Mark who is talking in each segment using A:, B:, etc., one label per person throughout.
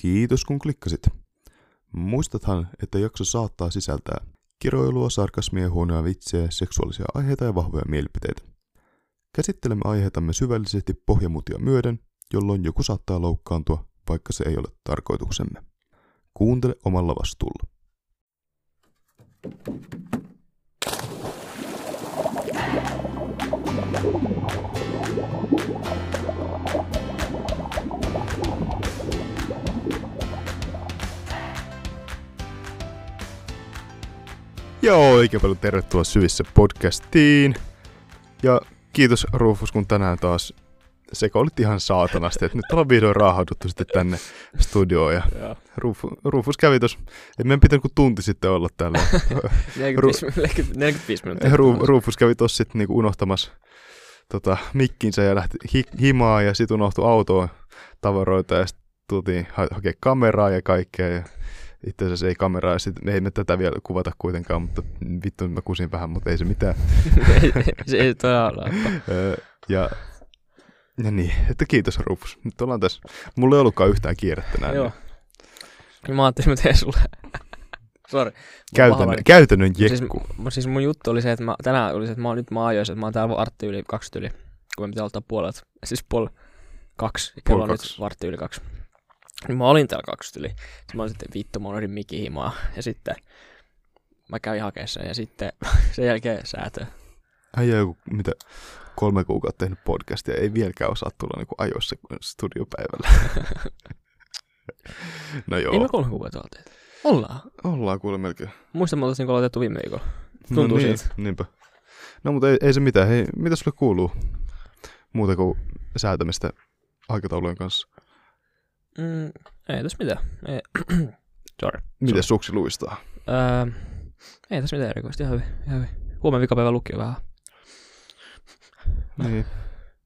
A: Kiitos kun klikkasit. Muistathan, että jakso saattaa sisältää kiroilua, sarkasmia, huonoja vitsejä, seksuaalisia aiheita ja vahvoja mielipiteitä. Käsittelemme aiheitamme syvällisesti pohjamutia myöden, jolloin joku saattaa loukkaantua, vaikka se ei ole tarkoituksemme. Kuuntele omalla vastuulla. Ja oikein paljon tervetuloa Syvissä podcastiin. Ja kiitos Rufus, kun tänään taas sekoilit ihan saatanasti, että nyt ollaan vihdoin raahauduttu sitten tänne studioon. Ja
B: Joo.
A: Rufus, Rufus kävi tuossa, että meidän pitänyt kuin tunti sitten olla täällä.
B: 45, Ru- 45 minuuttia.
A: Ru- Rufus kävi tuossa sitten niinku unohtamassa tota, mikkinsä ja lähti hi- himaa ja sitten unohtui autoon tavaroita ja sitten tultiin ha- hakemaan kameraa ja kaikkea. Ja itse asiassa ei kameraa ja sitten ei me tätä vielä kuvata kuitenkaan, mutta vittu mä kusin vähän, mutta ei se mitään.
B: ei, se ei tää ole.
A: Öö, ja, ja niin, että kiitos Rufus. Nyt ollaan tässä. Mulla ei ollutkaan yhtään kiirettä näin.
B: Joo. Niin mä ajattelin, että mä teen sulle. Sori.
A: Käytännön, käytännön jekku.
B: Siis, mu- siis mun juttu oli se, että mä, tänään oli se, että mä oon, nyt mä ajoin, että mä oon täällä vartti yli kaksi tyli, kun me pitää olla puolet. Siis puoli kaksi. ja
A: Puoli
B: kello on nyt
A: kaksi.
B: vartti yli kaksi. Niin mä olin täällä kaksi tyli. Sitten mä olin sitten vittu, mä olin mikihimaa. Ja sitten mä kävin hakemaan sen ja sitten sen jälkeen säätö.
A: Äijä joku, mitä kolme kuukautta tehnyt podcastia, ei vieläkään osaa tulla niinku ajoissa kuin studiopäivällä. no joo,
B: Ei me kolme kuukautta oltiin. Ollaan.
A: ollaan kuule melkein.
B: Muistan, me oltaisiin aloitettu viime viikolla. Tuntuu
A: no niin,
B: siltä.
A: niinpä. No mutta ei, ei se mitään. Hei, mitä sulle kuuluu muuta kuin säätämistä aikataulujen kanssa?
B: Mm, ei tässä mitään. Ei. Sorry.
A: Miten suksi luistaa?
B: Öö, ei tässä mitään erikoista. Ihan hyvin. Ihan hyvin. Huomenna vikapäivä lukio vähän.
A: Niin,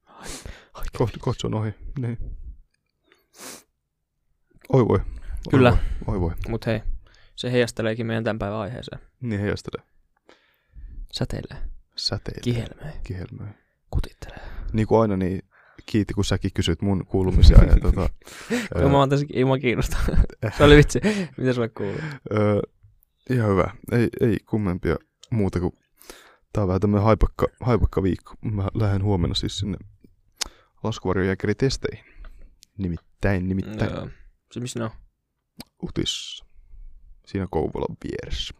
B: Ai,
A: kohta, kohta se on ohi. Niin. Oi voi. Oi
B: Kyllä.
A: Voi. Oi voi.
B: Mut hei, se heijasteleekin meidän tämän päivän aiheeseen.
A: Niin heijastelee.
B: Säteilee,
A: Säteilee.
B: kihelmöi,
A: Kihelmöi.
B: kutittelee.
A: niin kuin aina, niin kiitti, kun säkin kysyt mun kuulumisia. Ja, tota,
B: Öö. Mä oon tässä, ei mua kiinnosta. se oli vitsi. Mitä sulle kuuluu?
A: öö, ihan hyvä. Ei, ei kummempia muuta kuin tää on vähän tämmönen haipakka, haipakka viikko. Mä lähden huomenna siis sinne laskuvarjojääkäritesteihin. Nimittäin, nimittäin. No.
B: Öö, se missä ne on?
A: Utis. Siinä Kouvolan vieressä.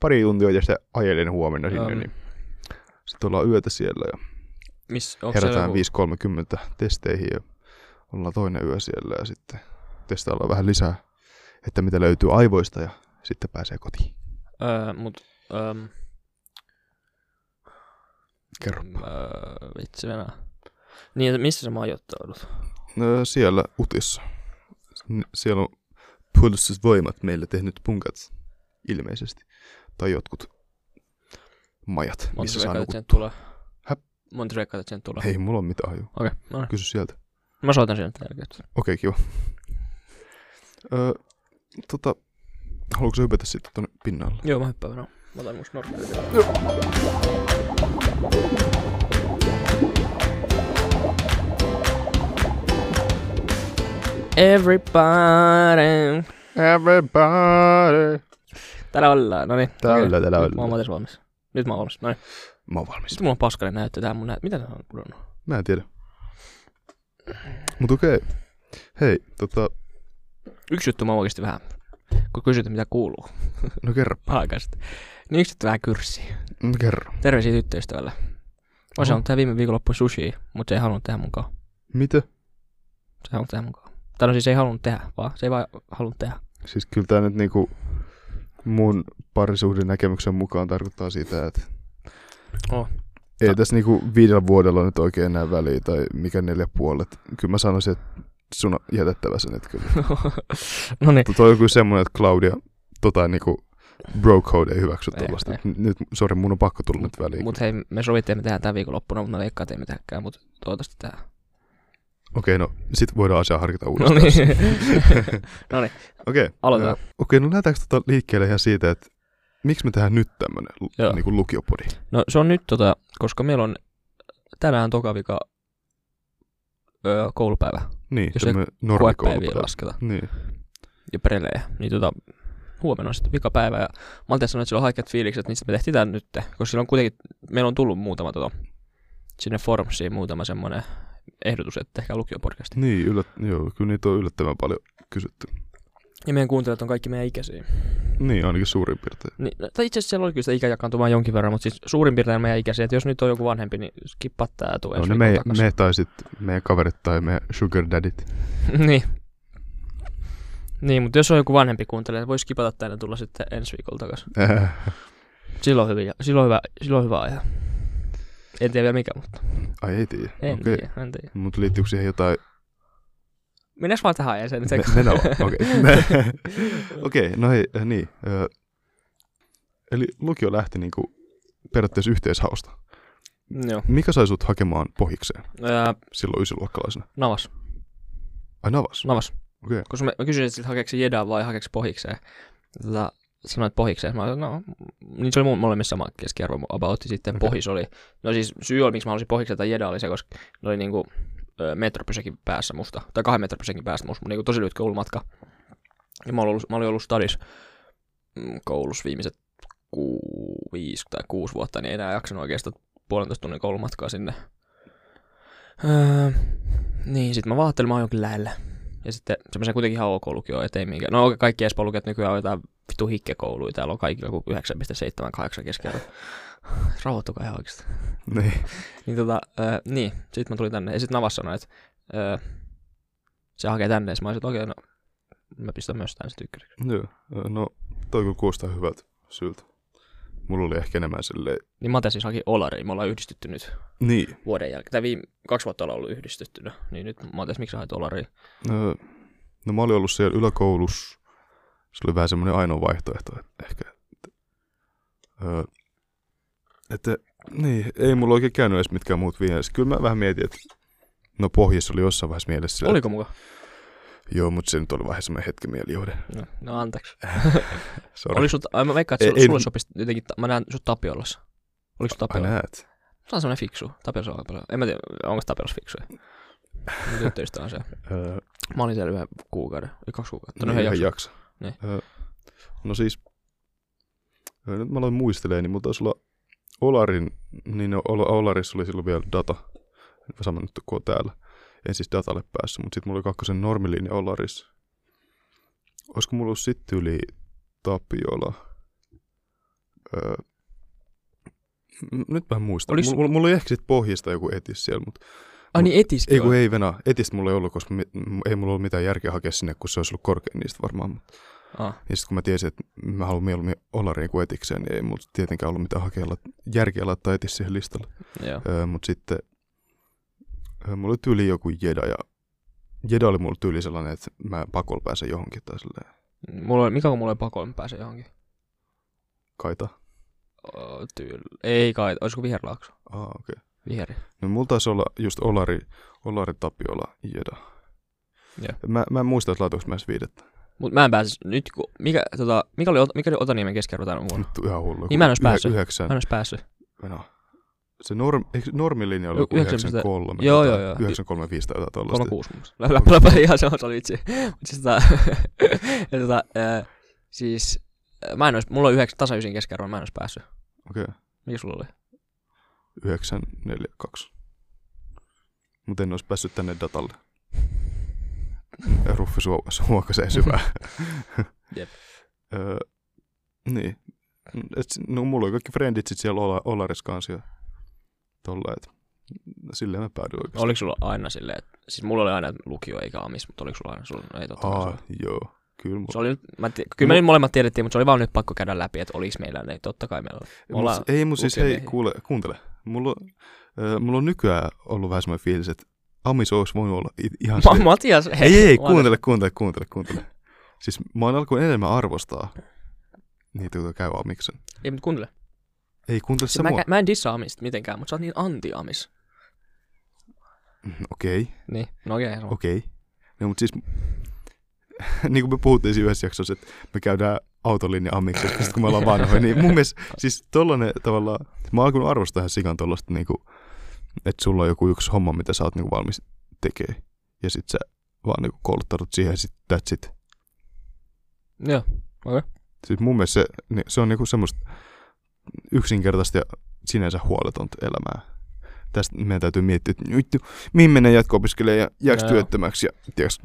A: Pari tuntia ja sitten ajelen huomenna sinne,
B: Joo.
A: niin sitten ollaan yötä siellä ja
B: Miss, onko siellä
A: herätään
B: joku-
A: 5.30 testeihin ja ollaan toinen yö siellä ja sitten testaillaan vähän lisää, että mitä löytyy aivoista ja sitten pääsee kotiin.
B: Öö, mut, öö,
A: Kerro.
B: öö, vitsi enää. Niin, että missä sä majoittaudut?
A: No, siellä Utissa. N- Siellä on puolustusvoimat meille tehnyt punkat ilmeisesti. Tai jotkut majat,
B: Monta
A: missä saa
B: reikkaa, että
A: nukut.
B: sen tulee?
A: Häp?
B: Monta reikkaa, että sen tulee?
A: Ei mulla ole mitään haju.
B: Okei, no niin.
A: Kysy sieltä.
B: Mä soitan sieltä jälkeen.
A: Okei, okay, kiva. Öö, tota, haluatko sä hypätä sitten tuonne pinnalle?
B: Joo, mä hyppään vaan. Mä otan mun snorkkelin. Everybody.
A: Everybody!
B: Täällä ollaan, no niin.
A: Täällä ollaan, täällä
B: Nyt mä oon muuten valmis. Nyt mä oon valmis, no niin.
A: Mä oon valmis.
B: Sitten mulla on paskainen näyttö tää mun näyttö. Mitä tää on pudonnut?
A: Mä en tiedä. Mut okei. Hei, tota,
B: Yksi juttu mä oon oikeesti vähän, kun kysyt mitä kuuluu.
A: no kerro.
B: Paikasta. Niin yksi juttu vähän kyrsii.
A: No kerro.
B: Terveisiä tyttöystävälle. Mä
A: Oho.
B: sanoin tää viime viikonloppu sushi, mutta se ei halunnut tehdä mukaan.
A: Mitä?
B: Se ei halunnut tehdä mukaan. Tai no siis ei halunnut tehdä, vaan se ei vaan halunnut tehdä.
A: Siis kyllä tää nyt niinku mun parisuhdin näkemyksen mukaan tarkoittaa sitä, että
B: Oh.
A: ei
B: Ta-
A: tässä niinku viidellä vuodella nyt oikein enää väliä tai mikä neljä puolet. Kyllä mä sanoisin, että sun on jätettävä sen, että kyllä.
B: no niin.
A: Toi on kyllä semmonen, että Claudia tota niinku bro code ei hyväksy
B: Ei,
A: tuollaista.
B: ei.
A: Nyt, sori, mun on pakko tulla nyt väliin.
B: Mut hei, me sovittiin, että me tehdään tämän viikonloppuna, mutta mä veikkaan, että ei me tehdäkään, mutta toivottavasti tehdään.
A: Okei, no sit voidaan asiaa harkita
B: No
A: uudestaan.
B: niin. no niin,
A: Okei.
B: aloitetaan.
A: Joo. Okei, no lähdetäänkö tota liikkeelle ihan siitä, että miksi me tehdään nyt tämmönen
B: Joo.
A: l- niinku lukiopodi?
B: No se on nyt tota, koska meillä on tänään toka vika öö, koulupäivä,
A: Niin,
B: Jos ei
A: tämmönen
B: koepäiviä
A: normikoulupäivä.
B: lasketa
A: Niin,
B: ja prelejä, niin tota, huomenna on sitten vikapäivä ja Malte sanoi, että sillä on haikeat fiilikset, niin sitten me tehtiin tämän nyt, koska sillä on kuitenkin, meillä on tullut muutama tota, sinne Formsiin muutama semmoinen ehdotus, että tehkää lukiopodcasti.
A: niin yllät, joo, kyllä niitä on yllättävän paljon kysytty.
B: Ja meidän kuuntelijat on kaikki meidän ikäisiä.
A: Niin, ainakin suurin piirtein.
B: Niin, no, tai itse asiassa siellä oli kyllä sitä ikäjakaantumaa jonkin verran, mutta siis suurin piirtein meidän ikäisiä, että jos nyt on joku vanhempi, niin skippa tää ja tuu
A: No
B: ensi
A: ne
B: viikolla
A: me,
B: takas.
A: me tai sitten meidän kaverit tai meidän sugar daddit.
B: niin. Niin, mutta jos on joku vanhempi kuuntelija, niin voi skipata tänne ja tulla sitten ensi viikolla takaisin.
A: Äh,
B: Silloin on hyvä, silloin on hyvä, silloin on hyvä aihe. En tiedä vielä mikä, mutta
A: ai ei tiedä.
B: en
A: Okei.
B: okay. tiedä, en tiedä.
A: Mutta liittyykö siihen jotain?
B: Mennäänkö vaan tähän aiheeseen nyt?
A: Me, meno. Okei, Okei, no hei, äh, niin. Ö, eli lukio lähti niinku periaatteessa yhteishausta.
B: Joo.
A: Mikä sai sut hakemaan pohikseen
B: Ää,
A: silloin ysiluokkalaisena?
B: navas,
A: Ai navas?
B: navas.
A: Okei.
B: Koska mä, mä kysyin siltä hakeeko se Jedaa vai hakeeko se pohikseen. Tota, sanoin, että pohikseen. Mä olin, no, niin se oli mun- molemmissa sama keskiarvo about. ja Sitten
A: Okei.
B: okay. pohis oli, no siis syy oli, miksi mä halusin pohikseen tai Jedaa oli se, koska ne oli niinku ö, metropysäkin päässä musta, tai kahden metropysäkin päässä musta, mutta niinku tosi lyhyt koulumatka. Ja mä olin ollut, mä olin ollut stadis mm, koulussa viimeiset ku, viisi tai kuusi vuotta, niin ei enää jaksanut oikeastaan puolentoista tunnin koulumatkaa sinne. Öö, niin, sitten mä vaattelin, mä oon jonkin lähellä. Ja sitten semmoisen kuitenkin ihan ok lukio, ettei minkään. No okei, kaikki Espoon lukiot nykyään on jotain vittu hikkekouluja. Täällä on kaikilla joku 9,78 keskiarvo. Rauhoittukaa ihan oikeasti.
A: Niin.
B: Niin tota, öö, niin, sit mä tulin tänne. Ja sit Navas sanoi, että öö, se hakee tänne. Ja sit mä olisin, että okei, no mä pistän myös tänne sit ykkäriksi.
A: Joo, no toi kyllä kuulostaa hyvältä syltä. Mulla oli ehkä enemmän silleen...
B: Niin Mate siis haki Olari, me ollaan yhdistetty nyt
A: Niin,
B: vuoden jälkeen. Tai viime, kaksi vuotta ollaan ollut yhdistettynä. Niin nyt Mate, miksi sä hait Olari?
A: no, no mä olin ollut siellä yläkoulussa. Se oli vähän semmoinen ainoa vaihtoehto, että ehkä... Että, ö, että niin, ei mulla oikein käynyt edes mitkään muut vihjeet. Kyllä mä vähän mietin, että no pohjassa oli jossain vaiheessa mielessä. sillä,
B: Oliko muka?
A: Että, joo, mutta se nyt oli vähän semmoinen hetki mielijohde.
B: No, no anteeksi.
A: Sorry.
B: Oliko sut, ai mä veikkaan, että
A: Ei-
B: sulle, sulle
A: ei-
B: sopisi jotenkin, ta- mä näen sut Tapiolassa. Oliko sut
A: Ai
B: Tapiolla?
A: näet.
B: Se on semmonen fiksu. Tapiossa on aika paljon. En mä tiedä, onko Tapiossa fiksuja. Mun tyttöystä on se.
A: Ö,
B: Mä olin siellä yhden kuukauden, ei kaksi kuukautta. No,
A: Niin,
B: yhden jakson.
A: jakso.
B: Niin.
A: Öö, no siis, öö, nyt mä aloin muistelemaan, niin mulla taisi olla Olarin, niin no, Ola- Olarissa oli silloin vielä data, sama nyt kuin on täällä. En siis datalle päässyt, mutta sitten mulla oli kakkosen normilinja Olarissa. Olisiko mulla ollut sitten yli Tapiola? Öö, m- nyt mä en muista.
B: Olis-
A: Olis... Mulla, mulla oli ehkä sitten pohjista joku etis siellä, mutta
B: Ai niin etiskin
A: ei kun
B: oli.
A: ei Venä, etistä mulla ei ollut, koska mi- m- ei mulla ollut mitään järkeä hakea sinne, kun se olisi ollut korkein niistä varmaan.
B: Ah,
A: Ja sitten kun mä tiesin, että mä haluan mieluummin olariin kuin etikseen, niin ei mulla tietenkään ollut mitään hakea, järkeä laittaa etis siihen listalle.
B: joo.
A: Öö, Mutta sitten öö, mulla oli tyyli joku jeda ja jeda oli mulla tyyli sellainen, että mä en pakolla pääsen johonkin tai silleen
B: Mulla oli, mikä kun mulla oli pakolla, mä pääsin johonkin.
A: kaita.
B: Oh, tyyl. Ei kai, olisiko viherlaakso?
A: Ah, okei. Okay.
B: Viheri.
A: No mulla taisi olla just olari, olari tapiola, jeda.
B: Joo.
A: Mä, mä en muista, että laitoinko mä edes viidettä.
B: Mut mä en pääsis nyt, kun, mikä, tota, mikä oli, Ota- mikä oli Otaniemen keskiarvo tänä vuonna?
A: Vittu ihan hullu.
B: Niin mä en ois
A: Yhä-
B: päässyt.
A: Yhdeksän.
B: Mä en ois päässyt.
A: No. Se norm, eikö normilinja oli
B: Y-
A: joku
B: yhdeksän
A: 9,3.
B: Joo,
A: jotain,
B: joo, joo.
A: 9,35 tai jotain tuollaista.
B: 36 mun mielestä. Läppä, läppä, ihan se on, se oli vitsi. Mut siis tota, ja tota, ää, siis, ää, mä en ois, mulla on yhdeksän, tasa ysin keskiarvo, mä en ois päässyt.
A: Okei.
B: Mikä sulla oli?
A: 942. Mutta en olisi päässyt tänne datalle. Ja Ruffi sua- suokaseen syvään.
B: Jep.
A: Öö, niin. Et, s- no, mulla oli kaikki frendit sit siellä Ola, Olaris kanssa ja tolla, et silleen mä päädyin oikeastaan.
B: Oliko sulla aina silleen, että, siis mulla oli aina lukio eikä amis, mutta oliko sulla aina, sulla no ei totta kai.
A: Aa, joo. Kyllä
B: Se
A: mulla.
B: oli nyt, mä tii, kyllä me nyt molemmat tiedettiin, mutta se oli vaan nyt pakko käydä läpi, että olis meillä ne, totta kai meillä oli.
A: Mut
B: Ollaan,
A: s- ei mun siis, hei,
B: lukiomiehiä.
A: kuule, kuuntele. Mulla, on- öö, mulla on nykyään ollut vähän semmoinen fiilis, että Amis olisi voinut olla i- ihan
B: Ma-
A: silleen-
B: Matias, hei,
A: Ei, ei,
B: mä-
A: kuuntele, kuuntele, kuuntele, kuuntele. Siis mä oon alkuun enemmän arvostaa niitä, jotka käy amiksen.
B: Ei, mutta kuuntele.
A: Ei kuuntele
B: Siis
A: se
B: mä,
A: mua.
B: kä- mä en dissaa amista mitenkään, mutta sä oot niin anti-amis.
A: Mm, Okei,
B: Niin, no okei, okay, okay.
A: okei. No mutta siis, niin kuin me puhuttiin siinä yhdessä jaksossa, että me käydään autolinja amiksesta, sit kun me ollaan vanhoja, niin mun mielestä siis tollanen tavallaan, mä oon alkanut arvostaa ihan sikan tollaista niinku, että sulla on joku yksi homma, mitä sä oot niinku valmis tekee. Ja sit sä vaan niinku kouluttaudut siihen ja sit that's it.
B: Joo.
A: Siis mun mielestä se, ni- se on niinku semmoista yksinkertaista ja sinänsä huoletonta elämää. Tästä meidän täytyy miettiä, että vittu, mihin menen jatko-opiskelemaan ja jääks
B: Joo, joo.
A: työttömäksi. Ja, tiiäks,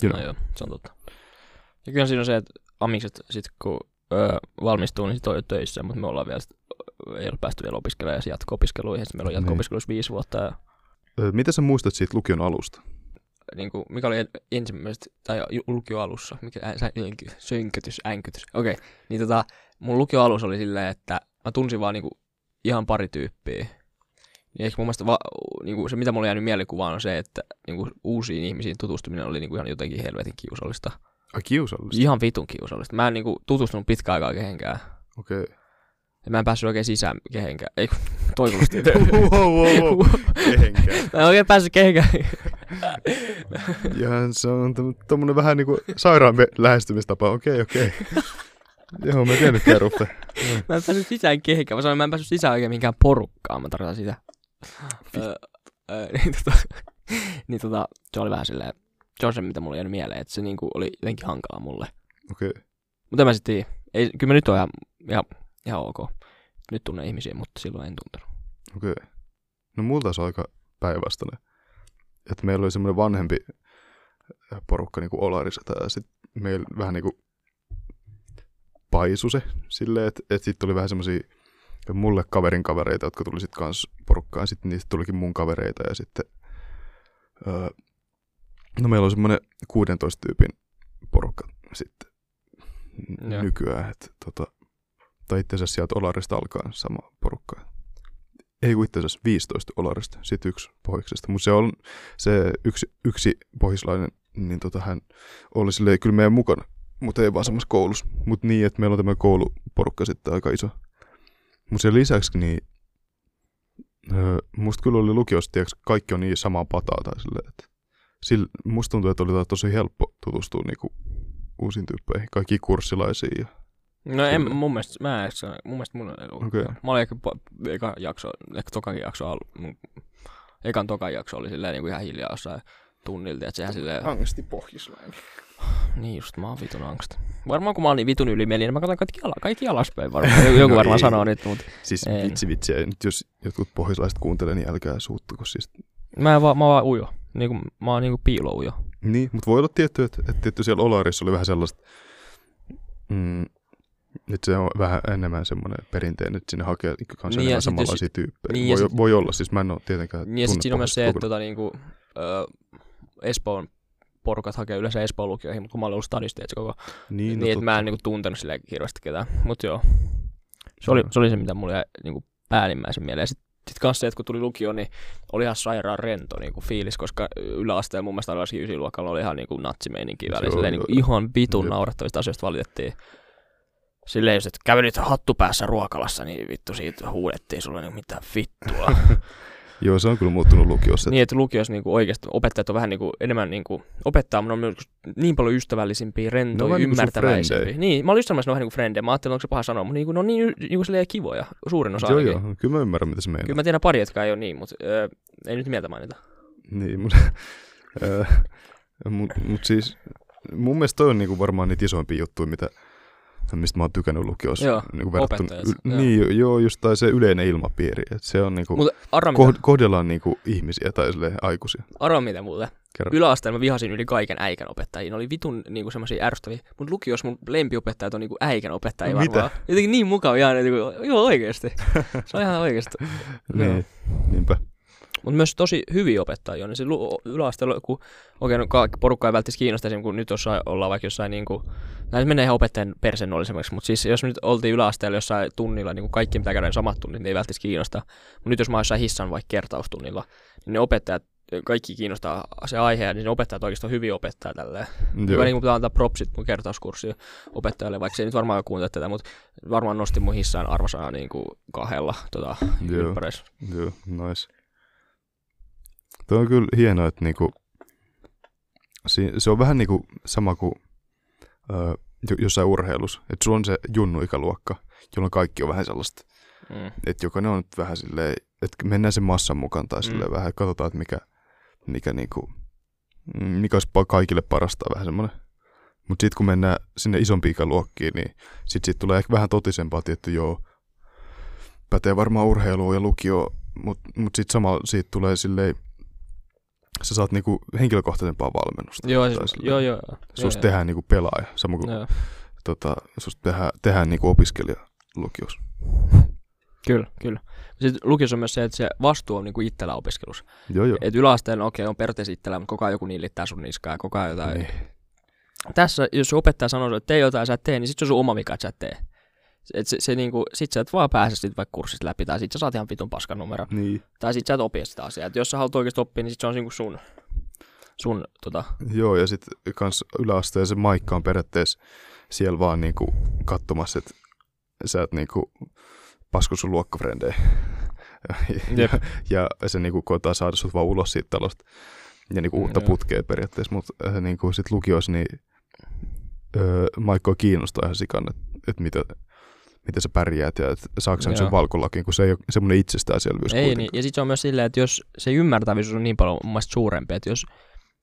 A: Kyllä.
B: No joo, se on totta. Ja kyllä siinä on se, että amikset sit kun öö, valmistuu, niin sit on jo töissä, mutta me ollaan vielä sit, ei ole päästy vielä opiskelemaan ja jatko-opiskeluihin. Sitten meillä on
A: Niin.
B: jatko-opiskeluissa viisi vuotta ja
A: Ö, mitä sä muistat siitä lukion alusta?
B: niin kuin, mikä oli ensimmäiset, tai ju- lukioalussa, mikä ä, sä- änky- sönkötys, änkytys, okei, okay. niin tota, mun lukioalus oli silleen, että mä tunsin vaan niinku ihan pari tyyppiä. Ja ehkä mun mielestä va, niinku, se, mitä mulla on jäänyt mielikuvaan, on se, että niinku, uusiin ihmisiin tutustuminen oli niinku, ihan jotenkin helvetin kiusallista.
A: Ai kiusallista.
B: Ihan vitun kiusallista. Mä en niinku, tutustunut pitkään aikaa kehenkään.
A: Okei. Okay.
B: Ja mä en päässyt oikein sisään kehenkään. Ei, kun, toivottavasti.
A: wow, wow, wow. Kehenkään.
B: mä en oikein päässyt kehenkään.
A: Ja se on tämmö- tommonen vähän niinku sairaampi lähestymistapa. Okei, okei. Joo, mä en tiennytkään Ruffe.
B: Mä en päässyt sisään kehenkään. Mä sanoin, mä en päässyt sisään oikein minkään porukkaan. Mä tarkoitan sitä. Öö, öö, niin, tota, niin tota, se oli vähän silleen, se on se, mitä mulla jäänyt mieleen, että se niinku oli jotenkin hankala mulle.
A: Okei.
B: Mutta en mä sitten tiedä. Ei, kyllä mä nyt on ihan, ihan, ihan ok. Nyt tunnen ihmisiä, mutta silloin en tuntenut.
A: Okei. No multa se on aika päinvastainen. Että meillä oli semmoinen vanhempi porukka niinku Olarissa ja sitten meillä vähän niinku paisu se silleen, että et sitten tuli vähän semmoisia mulle kaverin kavereita, jotka tuli sitten kans porukkaan. Sitten niistä tulikin mun kavereita ja sitten öö, no meillä on semmoinen 16 tyypin porukka sitten n-
B: Joo.
A: nykyään. Et, tota, tai itse asiassa sieltä Olarista alkaa sama porukka ei kun itse asiassa 15 olarista, sit yksi pohjoisesta. Mutta se on se yksi, yksi pohjislainen, niin tota, hän oli silleen kyllä meidän mukana, mutta ei vaan samassa koulussa. Mutta niin, että meillä on tämä kouluporukka sitten aika iso. Mutta sen lisäksi niin, öö, musta kyllä oli lukiossa, tiiäks, kaikki on niin samaa pataa tai silleen, että sillä, musta tuntuu, että oli taas tosi helppo tutustua niinku uusiin tyyppeihin, kaikki kurssilaisiin. Ja,
B: No en,
A: Kyllä.
B: mun mielestä, mä en, sano- mun mielestä mun ei ollut.
A: Okei.
B: Mä olin ehkä pa- eka jakso, ehkä tokakin jakso, al- mun, ekan tokan jakso oli silleen niinku ihan hiljaa jossain tunnilta, että sehän silleen,
A: Angsti pohjislainen.
B: Niin just, mä oon vitun angsta. Varmaan kun mä oon niin vitun ylimielinen, mä katson kaikki, ala, kaikki alaspäin varmaan. Joku- Joku
A: No
B: varmaan
A: ei.
B: sanoo nyt, mutta
A: Siis
B: En.
A: vitsi vitsi, ei nyt jos jotkut pohjoislaiset kuuntelee, niin älkää suuttuko siis.
B: mä, en vaan, mä oon vaan ujo. Niinku, mä oon niinku piiloujo.
A: Niin, mutta voi olla tietty, että, että tietty siellä Olarissa oli vähän sellaista, mm, että se on vähän enemmän semmoinen perinteinen, että sinne hakee kanssa
B: Niin, ja
A: niin enemmän
B: sit jos-
A: samanlaisia jos... tyyppejä.
B: niin,
A: Niin,
B: ja
A: voi,
B: sit-
A: voi, olla, siis mä en ole tietenkään
B: Niin ja sit
A: tunne
B: siinä on
A: pohjoista
B: myös se, että
A: kokonaan.
B: tota, niinku, ö, Espoon porukat hakee yleensä Espoon lukioihin, mutta kun mä olin ollut stadisti, et se koko,
A: niin,
B: niin,
A: no,
B: niin
A: niin,
B: että mä en niinku tuntenut silleen hirveästi ketään. Mut joo, se
A: Mm.
B: oli, se oli se, mitä mulla jäi niinku päällimmäisen mieleen. Ja Sit, sit kans se, että kun tuli lukio, niin oli ihan sairaan rento niinku fiilis, koska yläasteella mun mielestä varsinkin ysiluokalla oli ihan niinku natsimeininki
A: Se
B: välillä.
A: on-
B: Silleen, niinku, ihan vitun
A: Jep.
B: naurattavista asioista valitettiin. Silleen just, että kävelit hattu päässä ruokalassa, niin vittu siitä huudettiin sulle niinku mitä vittua.
A: Joo, se on kyllä muuttunut lukiossa.
B: Niin, että lukiossa niinku oikeasti opettajat on vähän niinku enemmän niinku, opettaa, mutta ne on myös niin paljon ystävällisempiä, rentoja,
A: Ne on
B: no,
A: vähän niinku sun
B: ymmärtäväisempiä.
A: frendejä.
B: Niin, mä olin ystävässä ne on vähän niinku frendejä. Mä ajattelin, onko se paha sanoa, mutta niinku, ne on niin, y- niinku silleen kivoja, suurin osa
A: Että, joo,
B: ainakin.
A: joo, kyllä mä ymmärrän, mitä se meinaa.
B: Kyllä mä tiedän pari, jotka ei ole niin, mutta öö, ei nyt mieltä mainita.
A: Niin, mutta mut, mut siis mun mielestä toi on niinku varmaan niitä isoimpia juttuja, mitä, mistä mä oon tykännyt lukiossa.
B: Joo,
A: niinku
B: opettajat,
A: yl-
B: joo.
A: Niin, joo. joo, just tai se yleinen ilmapiiri. Et se on niinku,
B: Mutta arva mitä,
A: kohd- kohdellaan niinku ihmisiä tai silleen aikuisia.
B: arva mitä mulle.
A: Kerro.
B: Yläasteella mä vihasin yli kaiken äikän opettajia. Ne oli vitun niinku semmoisia ärsyttäviä. Mut lukiossa mun lempiopettajat on niinku äikän opettajia
A: No mitä?
B: varmaan. Jotenkin niin mukavia aina, niinku, joo oikeesti. Se on ihan oikeesti. Joo.
A: niin, niinpä.
B: Mutta myös tosi hyviä opettajia on. Niin se lu- yläasteella, kun okei, no, ka- porukka ei välttämättä kiinnosta esimerkiksi, kun nyt jossain ollaan vaikka jossain, niin kuin, näin nyt menee ihan opettajan persennollisemmaksi, mutta siis jos me nyt oltiin yläasteella jossain tunnilla, niin kuin kaikki mitä käydään samat tunnit, niin ei välttämättä kiinnosta. Mutta nyt jos mä oon jossain hissan vaikka kertaustunnilla, niin ne opettajat, kaikki kiinnostaa se aihe, ja niin ne opettajat oikeasti on hyviä opettaa tälleen. Joo.
A: Joo.
B: Niin pitää antaa propsit mun kertauskurssi opettajalle, vaikka se ei nyt varmaan kuuntele tätä, mutta varmaan nosti mun hissaan arvosanaa niin kuin kahdella tota,
A: Joo.
B: ympärissä.
A: Joo, nice. Tuo on kyllä hienoa, että niinku, si- se on vähän niinku sama kuin öö, jo- jossain urheilussa, että sulla on se junnu-ikäluokka, jolloin kaikki on vähän sellaista,
B: Mm.
A: että jokainen on nyt vähän silleen, että mennään sen massan mukaan tai silleen
B: Mm.
A: vähän, katsotaan, että mikä, mikä niinku Mm, mikä olisi pa- kaikille parasta vähän semmoinen. Mutta sitten kun mennään sinne isompiin ikäluokkiin, niin sitten sit tulee ehkä vähän totisempaa, että joo, pätee varmaan urheiluun ja lukio, mutta mut sitten sama siitä tulee silleen, sä saat niinku henkilökohtaisempaa valmennusta.
B: Joo,
A: Tai
B: siis,
A: silleen.
B: joo, joo.
A: Susta
B: joo,
A: tehdään niinku pelaaja, samoin kuin
B: joo. joo.
A: tota, susta tehdään, tehdään niinku opiskelija lukiossa.
B: Kyllä, kyllä. Sitten lukiossa on myös se, että se vastuu on niinku itsellä opiskelussa.
A: Joo, joo.
B: Et yläasteella okei, on periaatteessa itsellä, mutta koko ajan joku niillittää sun niskaa ja koko ajan jotain.
A: Niin.
B: Tässä, jos sun opettaja sanoo, sulle, että tee jotain, sä et tee, niin sit se on sun oma vika, että sä et tee. Et se, se niinku, sit sä et vaan pääse sit vaikka kurssista läpi, tai sit sä saat ihan vitun paskan numero.
A: niin.
B: Tai sit sä et opi sitä asiaa. Et jos sä haluat oikeasti oppia, niin sit se on niinku sun, sun tota,
A: Joo, ja sitten kans yläasteen se Maikka on periaatteessa siellä vaan niinku katsomassa, että sä et niinku pasku sun luokkafrendejä.
B: Jep.
A: Ja, ja se niinku koetaan saada sut vaan ulos siitä talosta ja niinku uutta
B: Joo.
A: putkea periaatteessa, mutta niinku sit lukiossa niin öö, Maikkoa kiinnostaa ihan sikan, että et mitä, miten sä pärjäät ja että saako sä nyt sen
B: Joo.
A: valkolakin, kun se ei ole semmoinen itsestäänselvyys
B: Ei, niin,
A: kuitenkaan.
B: ja sitten se on myös silleen, että jos se ymmärtävyys on niin paljon mun mielestä suurempi, että jos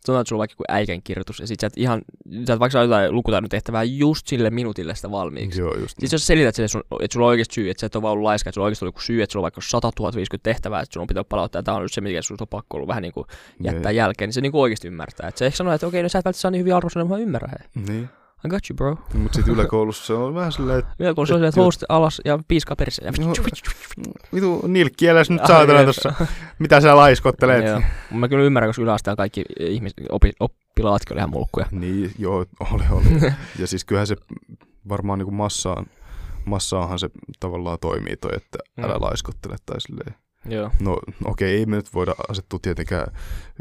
B: sanotaan, että sulla on vaikka joku äikän kirjoitus, ja sit sä et ihan, sä et vaikka saa jotain lukutaidon tehtävää just sille minuutille sitä valmiiksi.
A: Joo, just
B: Siis jos sä selität sille, sun, että sulla on oikeasti syy, että sä et ole vaan ollut laiska, että sulla on oikeasti ollut joku syy, että sulla on vaikka 100 050 tehtävää, että sun on pitää palauttaa, ja tämä on just se, mikä sun on pakko ollut vähän niin kuin
A: niin.
B: jättää jälkeen, niin se niin kuin oikeasti ymmärtää. Että se ehkä sanoo, että okei, no sä et välttämättä saa niin hyviä arvosanoja, mutta mä ymmärrän. Hei.
A: Niin,
B: I got you, bro.
A: mutta sitten yläkoulussa se on vähän silleen, että
B: Vielä kun se on silleen, että
A: Joo.
B: host alas ja piiskaa perissä. Ja
A: No, Vitu nilkki eläs nyt
B: Ai,
A: saatana
B: jep.
A: tuossa. Mitä sä laiskottelet?
B: Joo. Mut Mä kyllä ymmärrän, koska yläasteella kaikki ihmis, opi, oppilaatkin oli ihan mulkkuja.
A: Niin, joo, oli, oli. ja siis kyllähän se varmaan niin kuin massaan, massaanhan se tavallaan toimii toi, että älä
B: Mm.
A: laiskottele tai silleen.
B: Joo.
A: No okei, ei me nyt voida asettua tietenkään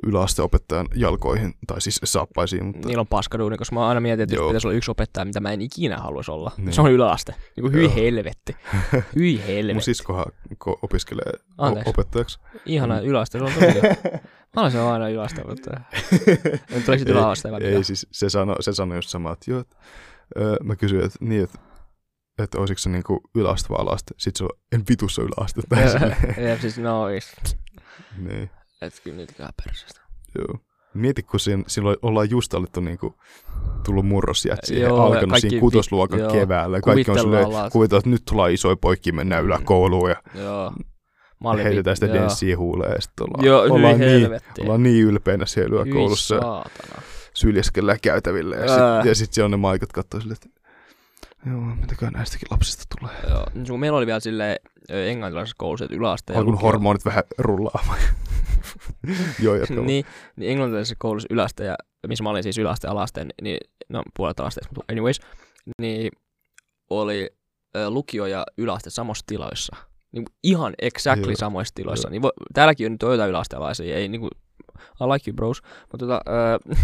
A: yläasteopettajan jalkoihin tai siis saappaisiin, mutta
B: Niillä on paskaduuni, koska mä aina mietin, että
A: Joo.
B: jos pitäisi olla yksi opettaja, mitä mä en ikinä haluaisi olla.
A: Niin.
B: Niin. Se on yläaste. Joku hyi
A: Joo.
B: helvetti. Hyi helvetti.
A: mun siskohan ko- opiskelee o-
B: Anteeksi.
A: opettajaksi.
B: Ihana yläaste, se on tosi hyvä. Mä olisin aina yläaste, mutta... En tule sitten yläaste vai
A: ei
B: mitä?
A: siis, se sanoi se sano just samaa, että joo, että, öö, mä kysyin, että niin, että että olisiko se niinku yläaste vai alaste. Sitten se on, en vitussa yläaste. Tai silleen.
B: Ei, siis no, is.
A: niin,
B: Et kyllä nyt käy persestä.
A: joo. Mieti, kun siinä, silloin ollaan just alettu niinku, tullut murrosjät siihen,
B: Joo, ja
A: alkanut siinä
B: kaikki
A: kuvitosluokan
B: vi- joo.
A: keväällä. Kaikki on silleen,
B: Kuvitellaan
A: kuvitellaan, että nyt tullaan isoja poikia, mennään yläkouluun ja
B: Joo. Mä olin
A: heitetään
B: vi-
A: sitä
B: joo.
A: denssiä huuleen. Ja sitten ollaan,
B: Joo,
A: ollaan,
B: hyi
A: niin,
B: helvetti.
A: ollaan niin ylpeinä siellä
B: Hyi
A: yläkoulussa.
B: saatana.
A: syljeskellään käytäville. Ja
B: Ää.
A: sitten sit se on ne maikat katsoo silleen, että joo, mitäköhän näistäkin lapsista tulee.
B: Joo. Niin kun Meillä oli vielä silleen ö, englantilaisessa koulussa, että yläaste ja
A: Alkun
B: lukio-
A: hormonit vähän rullaamaan. joo, jatka vaan.
B: niin, niin englantilaisessa koulussa yläaste ja, missä mä olin siis yläaste ja alaste, niin, no puolet alasteessa, mutta anyways, niin oli ö, lukio ja yläaste samoissa tiloissa. Niin kuin ihan exactly
A: Joo.
B: samoissa tiloissa. Niin vo, täälläkin on nyt on jotain yläastealaisia, ei niinku, I like you bros, mutta tota, ö,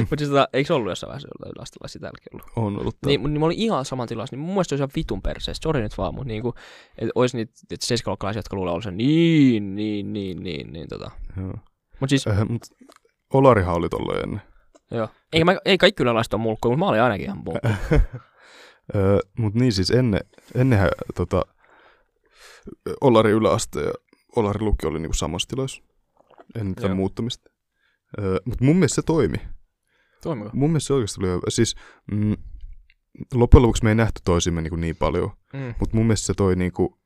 B: mutta siis tota, eikö se ollut jossain vaiheessa jotain yläastealaisia täälläkin ollut?
A: on ollut tää.
B: Niin, mut- niin mä olin ihan saman tilassa, niin mun mielestä se olisi ihan vitun perseestä, sori nyt vaan, mutta niinku, et ois niitä et seiskaluokkalaisia, jotka luulee olevansa niin, niin, niin, niin, niin tota.
A: Joo.
B: Mut siis,
A: Äh, mut Olarihan oli tolleen ennen.
B: Joo. Ei, mä, ei kaikki yläläiset on mulkkuja, mutta mä olin ainakin ihan mulkku.
A: Öö, mut niin siis ennen, ennenhän tota, Olari yläaste ja Olari lukio oli niinku samassa tiloissa ennen tätä
B: Joo.
A: muuttamista. Öö, mut mun mielestä se toimi.
B: Toimiko?
A: Mun mielestä se oikeasti oli hyvä. Siis mm, loppujen lopuksi me ei nähty toisimme niin, niin paljon.
B: Mm.
A: Mutta mun mielestä se toi niinku,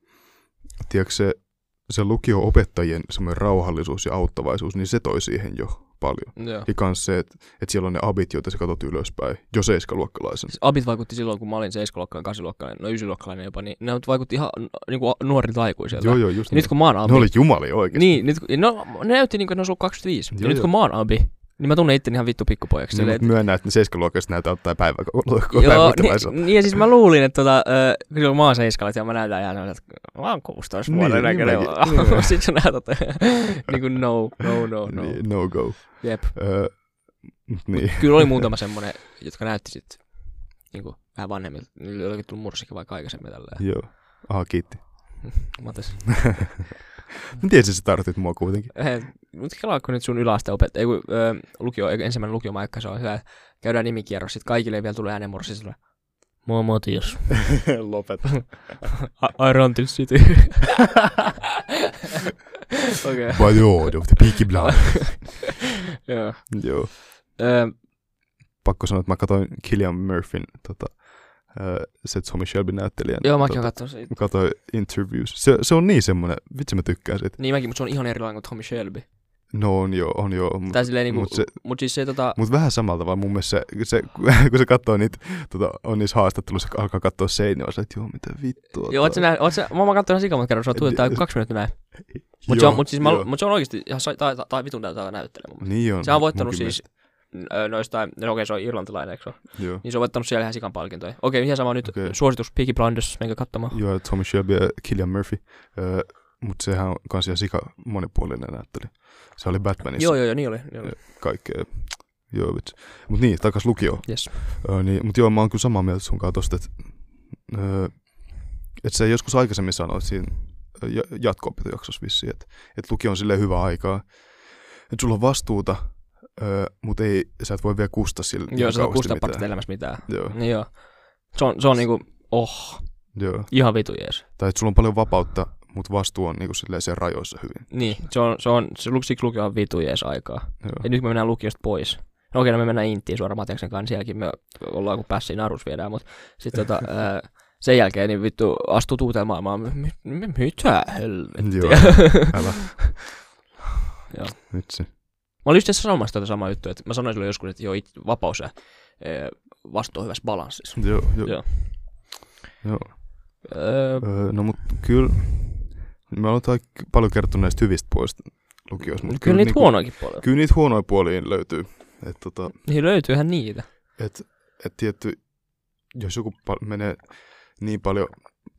A: tiedätkö, se, se lukio-opettajien semmoinen rauhallisuus ja auttavaisuus, niin se toi siihen jo paljon.
B: Joo.
A: Ja kans se, että et siellä on ne abit, joita sä katsot ylöspäin, jo seiskaluokkalaisen.
B: Siis abit vaikutti silloin, kun mä olin 7-luokkalainen, 8-luokkalainen, no 9-luokkalainen jopa, niin ne vaikutti ihan niin kuin nuorilta aikuisilta.
A: Joo, joo, just
B: Ja nyt kun mä oon abi,
A: Ne oli jumali oikein.
B: niin, nyt, kun- no, ne näytti niin kuin ne olisi ollut 25.
A: Joo,
B: ja nyt
A: joo.
B: kun mä oon abi, niin mä tunnen itteni ihan vittu pikkupojaksi.
A: Niin,
B: silleen,
A: mutta myönnä, että ne seiskaluokkalaiset näytää ottaa päiväkoulua.
B: Joo, niin, niin, ja siis mä luulin, että tota, äh, kyllä mä oon seiskalla, ja mä näytän ihan sellaiset, että mä oon 16
A: Niin,
B: vuotta
A: niin
B: näköinen.
A: mäkin, niin.
B: Sitten sä näytät, niin kuin no, no, no, no.
A: Niin, no go.
B: Jep.
A: Öö, mut niin.
B: Kyllä oli muutama semmoinen, jotka näytti sit niinku, vähän vanhemmilta. Niillä oli tullut mursikin vaikka aikaisemmin tälleen.
A: Joo. Aha, kiitti.
B: Mä tässä,
A: Mä tiesin, sä tarvitsit mua kuitenkin.
B: mutta kelaa, kun nyt sun yläaste opet, ei kun ö, lukio, ei kun ensimmäinen lukiomaikka, se on hyvä. Käydään nimikierros, sit kaikille ei vielä tulee äänen mursi sille. Mä oon Matias.
A: Lopeta.
B: I, I run this city. Okei.
A: By the order of the Peaky Blood.
B: Joo.
A: Joo.
B: Öö,
A: Pakko sanoa, että mä katsoin Killian Murphyn tota, ää, Setsuo Shelby näyttelijän.
B: joo, mäkin
A: tota,
B: oon katsonut siitä.
A: katsoin interviews. Se, se, on niin semmoinen, vitsi mä tykkään siitä.
B: Niin mäkin, mutta se on ihan erilainen kuin Tommy Shelby.
A: No on joo, on joo. Mutta
B: Tai silleen niinku,
A: mut
B: mut,
A: se-
B: mut siis se tota,
A: Mutta vähän samalta vaan mun mielestä se, se kun se katsoo niitä, tota, on niissä haastatteluissa, kun alkaa katsoa seinää, se, että joo, mitä vittua.
B: joo, oot
A: toi.
B: sä nähnyt, oot sä, mä oon katsonut sen sikamat kerran, se on tuotettu
A: Joo.
B: kaksi minuuttia näin. Mut, se on,
A: Joo,
B: mut, siis mä,
A: joo.
B: mut se on oikeesti ihan, sa- tai, tai, tai vitun näyttävä näyttelijä mun mielestä.
A: Niin on.
B: Se on voittanut
A: munkin
B: siis ö, noista, no okei se on irlantilainen, eikö se ole?
A: mielestä. Joo.
B: Niin se on voittanut siellä ihan sikan palkintoja. Okei, ihan sama nyt,
A: Okei.
B: suositus Peaky Blinders, menkää katsomaan.
A: Joo, ja Tommy Shelby ja Killian Murphy. Öö, mutta sehän on kans ihan sika monipuolinen näyttelijä. Se oli Batmanissa
B: Joo,
A: joo,
B: joo, joo, niin oli. Niin oli.
A: kaikkea. Joo, vitsi. Mut niin, takas lukio.
B: Yes.
A: Öö, niin, mut joo, mä oon kyllä samaa mieltä sun kanssa tosta, että öö, et sä joskus aikaisemmin sanoit siinä ö, ja- jatko-opintojaksossa vissiin, että et lukio on silleen hyvä aikaa. Että sulla on vastuuta, öö, mutta ei, sä et voi vielä kusta sille
B: Joo, se on
A: kauheasti
B: kuusta
A: mitään.
B: parasta elämässä mitään.
A: Joo,
B: Niin joo. Se on, se on niinku, oh,
A: joo.
B: ihan vitu jees.
A: Tai että sulla on paljon vapautta, mutta vastuu on niinku silleen siellä rajoissa hyvin.
B: Niin, se on, se on, se siksi lukio on vitu jees aikaa.
A: Joo.
B: Ja nyt me mennään lukiosta pois. No okei, no me mennään Intiin suoraan Mateksen kanssa, niin sielläkin me ollaan kun päässä siinä arus viedään, mutta sitten tota, ää, sen jälkeen niin vittu astut uuteen maailmaan, M- m- mitä helvettiä.
A: Joo, älä.
B: Joo.
A: Nyt se.
B: Mä olin just tässä sanomassa tätä samaa juttua, että mä sanoin silloin joskus, että joo, it, vapaus ja ää, vastuu on hyvässä balanssissa.
A: Joo, joo.
B: Joo.
A: joo. joo.
B: Öö,
A: Öö, no mut kyllä, me ollaan paljon kertonut näistä hyvistä puolista lukiossa, mutta
B: kyllä niitä huonoakin paljon.
A: Kyllä niinku niitä huonoja puoliin löytyy. Että tota,
B: Niin löytyyhän niitä.
A: et, et tietty, jos joku pal- menee niin paljon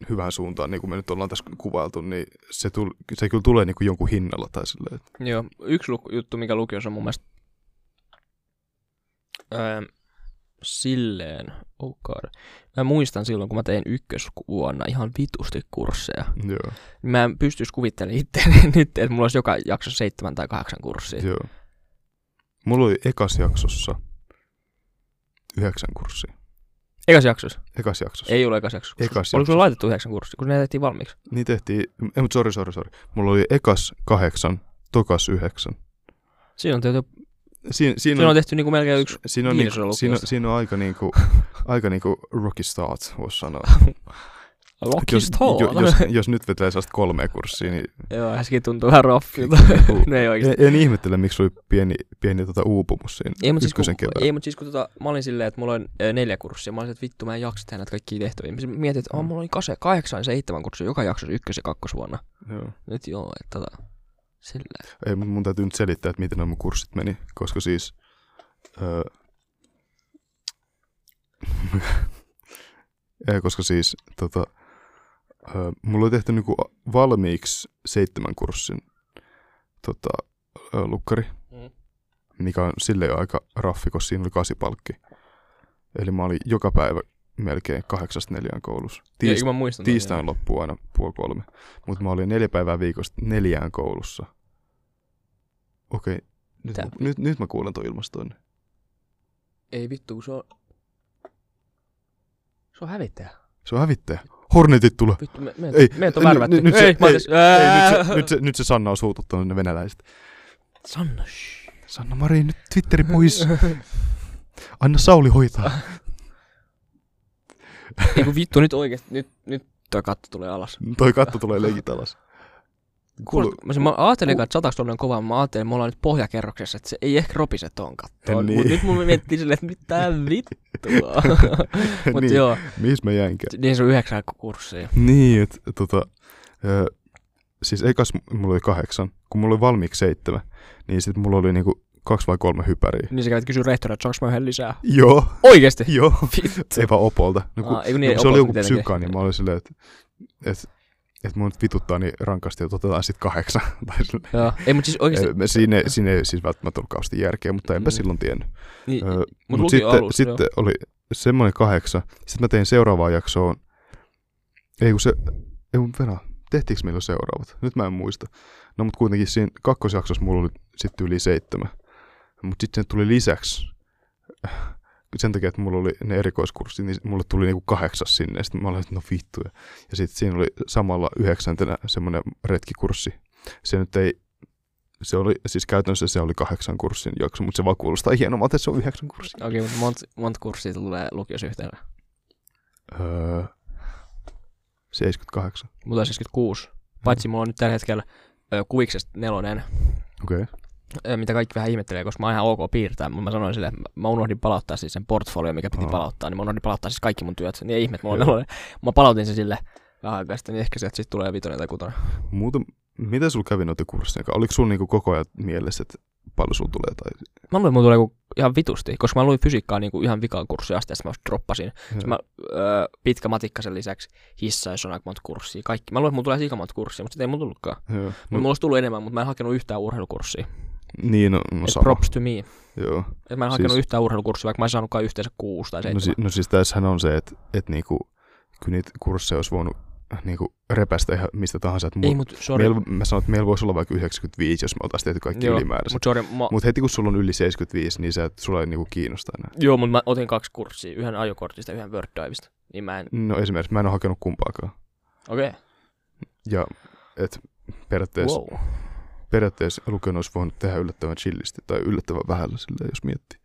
A: hyvään suuntaan, niin kuin me nyt ollaan tässä kuvailtu, niin se, tul- se kyllä tulee niin kuin jonkun hinnalla tai silleen. että-
B: Joo, yksi luk- juttu, mikä lukiossa on mun mielestä öö, silleen, oh god. Mä muistan silloin, kun mä tein ykkösvuonna ihan vitusti kursseja.
A: Joo,
B: Niin Mä en pystyisi kuvittelemaan itseäni nyt, että mulla olisi joka jakso seitsemän tai kahdeksan kurssia.
A: joo. Mulla oli ekas jaksossa yhdeksän kurssia.
B: Ekas jaksossa?
A: Ekas jaksossa.
B: Ei ole ekas jaksossa.
A: Ekas
B: Oliko
A: jaksossa.
B: sulla laitettu yhdeksän kurssia, kun ne tehtiin valmiiksi?
A: Niin tehtiin, ei, mutta sori, sori, sori. Mulla oli ekas kahdeksan, tokas yhdeksän.
B: Siinä on tehty,
A: Siin, siinä,
B: siinä on
A: on,
B: tehty niin kuin melkein yksi.
A: siinä, on,
B: viides
A: niinku,
B: ollut
A: siinä,
B: lukiosta.
A: siinä on aika niinku, aika niinku rocky start, voisi sanoa. Et
B: Rocky
A: jos,
B: Stall.
A: jo, jos, jos, nyt vetää sellaista kolmea kurssia, niin
B: Joo, äsken tuntuu ihan roffilta.
A: niinku,
B: ne ei oikeasti.
A: en, en, ihmettele, miksi sulla oli pieni, pieni tota uupumus siinä
B: Ei, mutta siis kun,
A: ykkösen kevään.
B: ei, mut siis kun tota, mä olin silleen, että mulla on ö, neljä kurssia, mä olin, että vittu mä en jaksa tehdä näitä kaikkia tehtäviä. Mä sitten mietin, että oh,
A: Mm.
B: mulla oli kase, kahdeksan ja seitsemän kurssia joka jaksossa ykkös- ja kakkosvuonna.
A: Joo.
B: Nyt joo, että tota, sillä.
A: Ei, mut mun täytyy nyt selittää, että miten nämä mun kurssit meni, koska siis... Öö, Ei, koska siis tota, öö, mulla oli tehty niinku a- valmiiksi seitsemän kurssin tota, öö, lukkari,
B: Mm.
A: mikä on silleen jo aika raffi, koska siinä oli kasipalkki. Eli mä olin joka päivä melkein kahdeksasta neljään koulussa.
B: Tiist-
A: Tiis-
B: mä muistan. niin ton,
A: tiistain loppuu aina puoli kolme. Mutta mä olin neljä päivää viikosta neljään koulussa. Okei, nyt,
B: Tää-
A: mä, nyt, nyt mä kuulen tuon ilmastoon.
B: joo. Ei vittu, kun se on... Se on hävittäjä.
A: Se on hävittäjä. Hornetit tulee.
B: Vittu, me, me,
A: Ei,
B: meidät on
A: nyt-
B: värvätty.
A: nyt- nyt se-
B: ei, mä
A: ei,
B: ei,
A: Ei, nyt, se, nyt, se, nyt se Sanna on suututtanut ne venäläiset.
B: Sanna, shh.
A: Sanna Mari, nyt Twitteri pois. Anna Sauli hoitaa.
B: Ei kun vittu, nyt oikeesti, nyt, nyt toi katto tulee alas.
A: Toi katto tulee leikit alas. Kuulu,
B: Kuulostaa- Mä, sen- mä ajattelin, että sataks on kova, mutta mä ajattelin, että me ollaan nyt pohjakerroksessa, että se ei ehkä ropise tuon
A: Niin.
B: kattoon. Niin. Mutta nyt mun miettii silleen, että mitä vittua. Mutta
A: niin,
B: niin. joo,
A: mihin mä jäinkään?
B: niin se on yhdeksän kurssia.
A: Niin, että tota, ö, siis ekas m- mulla oli kahdeksan, kun mulla oli valmiiksi seitsemän, niin sitten mulla oli niinku kaksi vai kolme hypäriä.
B: Niin sä kävit kysyä rehtorilta, että saanko mä yhden lisää.
A: Joo,
B: Oikeesti?
A: joo,
B: Vittu.
A: ei vaan opolta. No, kun,
B: Aa, ei kun
A: niin,
B: niin,
A: no, kun se oli joku
B: opolta tietenkin.
A: psyka, niin mä olin silleen, että et, et mun nyt vituttaa niin rankasti, että otetaan sitten kahdeksan. tai silleen.
B: Joo, ei mut siis oikeesti,
A: Ei, me- siinä, ei- siinä ei siis välttämättä ollut kauheasti järkeä, mutta enpä
B: Mm.
A: silloin tiennyt.
B: niin,
A: Ö,
B: mut
A: mut
B: luki
A: sitten,
B: alussa,
A: sitten oli semmoinen kahdeksan. Sitten mä tein seuraavaan jaksoon. Ei kun se... Ei kun verran. Tehtiinkö meillä jo seuraavat? Nyt mä en muista. No mut kuitenkin siinä kakkosjaksossa mulla oli sitten yli seitsemän. Mut sitten se tuli lisäksi äh, sen takia, että mulla oli ne erikoiskurssit, niin mulle tuli niinku kahdeksas sinne, ja sitten mä olin, että no vittu. Ja sitten siinä oli samalla yhdeksäntenä semmoinen retkikurssi, Se nyt ei, se oli, siis käytännössä se oli kahdeksan kurssin jakso, mutta se vaan kuulostaa hienommalta, että se on yhdeksän kurssin.
B: Okei, mutta monta mont kurssia tulee lukios yhteydessä?
A: Öö, 78.
B: Mulla on 76. Paitsi mulla on nyt tällä hetkellä ö, kuviksesta nelonen,
A: Okei. Okay.
B: ö, mitä kaikki vähän ihmettelee, koska mä oon ihan ok piirtää, mutta mä sanoin sille, että mä unohdin palauttaa siis sen portfolio, mikä piti
A: Aa.
B: palauttaa, niin mä unohdin palauttaa siis kaikki mun työt. Niin ei ihme, että mulla on
A: Joo.
B: nelonen. Mä palautin sen sille vähän aikaa sitten, niin ehkä sieltä sitten tulee vitonen tai kutonen.
A: Muuten, mitä sulla kävi noita kursseja? Oliko sulla niinku koko ajan mielessä, että paljon sulla tulee? Tai...
B: Mä luulin, että mulla tulee joku ihan vitusti, koska mä luin fysiikkaa niin kuin ihan vikaan kurssi asti, ja sitten mä just droppasin. Mä, öö, pitkä matikka sen lisäksi, hissa, jos on aika monta kurssia, kaikki. Mä luulen, että mulla tulee sikamonta kurssia, mutta sitten ei mulla tullutkaan.
A: Joo.
B: No.
A: No,
B: Mulla olisi tullut enemmän, mutta mä en hakenut yhtään urheilukurssia.
A: niin, no, no
B: Et
A: sama.
B: props to me.
A: Joo.
B: Et mä en
A: Siis-
B: hakenut yhtään urheilukurssia, vaikka mä en saanutkaan yhteensä kuusi tai
A: No,
B: seitsemän.
A: si- no siis tässähän on se, että et niinku, kyllä niitä kursseja olisi voinut niinku, repästä ihan mistä tahansa. Et
B: ei,
A: mul,
B: mut sorry.
A: meillä, mä sanon, että meillä voisi olla vaikka 95, jos me oltaisiin tehty kaikki
B: Joo,
A: ylimääräiset.
B: Mut sorry, mä... mut...
A: Mutta heti kun sulla on yli 75, niin sä, et- sulla ei niinku kiinnosta enää.
B: Joo, mutta mä otin kaksi kurssia, yhden ajokortista ja yhden word divesta. Niin mä en...
A: No esimerkiksi mä en ole hakenut kumpaakaan.
B: Okei. Okay.
A: Ja et, periaatteessa, wow.
B: Wow.
A: periaatteessa lukion olisi voinut tehdä yllättävän chillisti tai yllättävän vähällä silleen, jos miettii.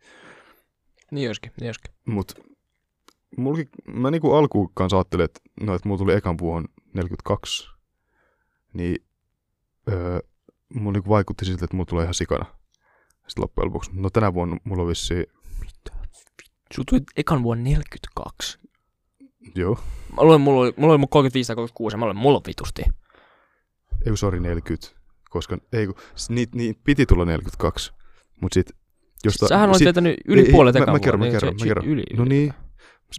B: Niin joskin, niin joskin.
A: Mut mulki, mä niinku alkuun kanssa ajattelin, että no, et mulla tuli ekan vuohon 42, niin öö, mulla niinku vaikutti siltä, että mulla tulee ihan sikana. Sitten loppujen lopuksi. No tänä vuonna mulla on vissiin,
B: Sulla tuli ekan vuonna 42.
A: joo,
B: Mä luulen, mulla oli, mulla oli mun 35 tai 36 ja mä luulen, mulla on vitusti.
A: ei kun sori 40, koska ei kun, s- niin, niin piti tulla 42, mut sit
B: Josta,
A: jostain...
B: Sähän olet
A: sit-
B: tietänyt yli
A: ei,
B: puolet
A: mä-
B: ekan
A: mä kerron,
B: vuonna,
A: mä
B: niin
A: kerron,
B: se-
A: mä
B: se-
A: kerron.
B: Yli, yli.
A: No niin,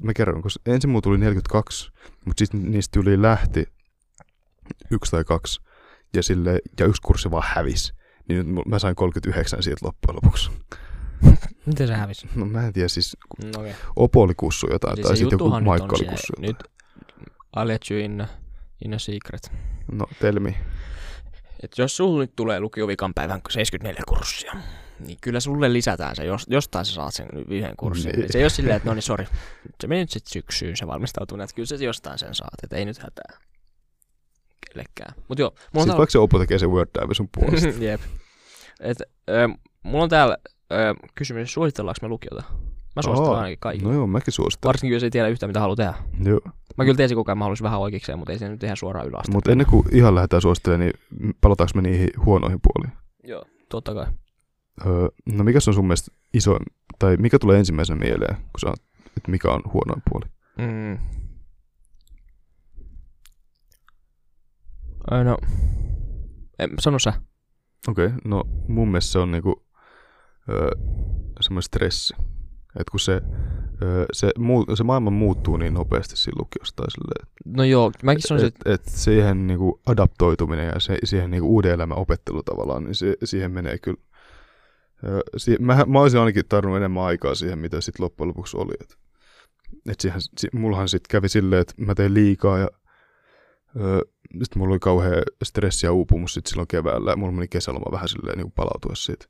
A: mä kerron, koska ensin mulla tuli 42, mutta sitten niistä yli lähti yksi tai kaksi, ja, sille, ja yksi kurssi vaan hävisi. Niin nyt mul- mä sain 39 siitä loppujen lopuksi.
B: Miten sä hävisit?
A: No mä en tiedä, siis
B: Mm, okei.
A: Opo oli kussu jotain, siis tai
B: se
A: sitten joku
B: juttuhan nyt
A: Maikka
B: on
A: oli
B: se-
A: kussu jotain.
B: Nyt I let you in, in a secret.
A: No, telmi.
B: Et jos sulla nyt tulee lukiovikan päivän 74 kurssia, niin kyllä sulle lisätään se, jos, jostain sä saat sen yhden kurssin.
A: Niin.
B: Niin. Se ei ole silleen, että no niin sori, se meni nyt sitten syksyyn, se valmistautuu, että kyllä se jostain sen saat, että ei nyt hätää kellekään. Mut joo, mulla on
A: Sitten vaikka se Opo tekee sen Word Dive sun puolesta.
B: täällä... Jep. Et, ö, mulla on täällä ö, kysymys, suositellaanko me lukiota? Mä suosittelen
A: Aa,
B: ainakin kaikille.
A: No joo, mäkin suosittelen.
B: Varsinkin jos ei tiedä yhtään mitä haluaa tehdä.
A: Joo.
B: Mä kyllä tiesin koko ajan, mä haluaisin vähän oikeikseen, mutta ei se nyt ihan suoraan yläaste.
A: Mutta ennen kuin ihan lähdetään suosittelemaan, niin palataanko me niihin huonoihin puoliin?
B: Joo, totta kai.
A: Öö, no mikä on sun mielestä isoin, tai mikä tulee ensimmäisenä mieleen, kun sä, oot- että mikä on huonoin puoli?
B: Mm. Ai no, en, sano sä.
A: Okei, okay, no mun mielestä se on niinku, öö, semmoinen stressi. Et kun se, öö, se, muu, se maailma muuttuu niin nopeasti siinä lukiossa tai silleen,
B: No joo, mäkin sanoisin,
A: et, et siihen niinku adaptoituminen ja se, siihen niinku uuden elämän opettelu tavallaan, niin se, siihen menee kyllä. Öö, si, mä, mä olisin ainakin tarvinnut enemmän aikaa siihen, mitä sitten loppujen lopuksi oli. Et, et siihen, si, mullahan sitten kävi silleen, että mä tein liikaa ja öö, sitten mulla oli kauhea stressi ja uupumus sit silloin keväällä ja mulla meni kesäloma vähän silleen niin palautua siitä.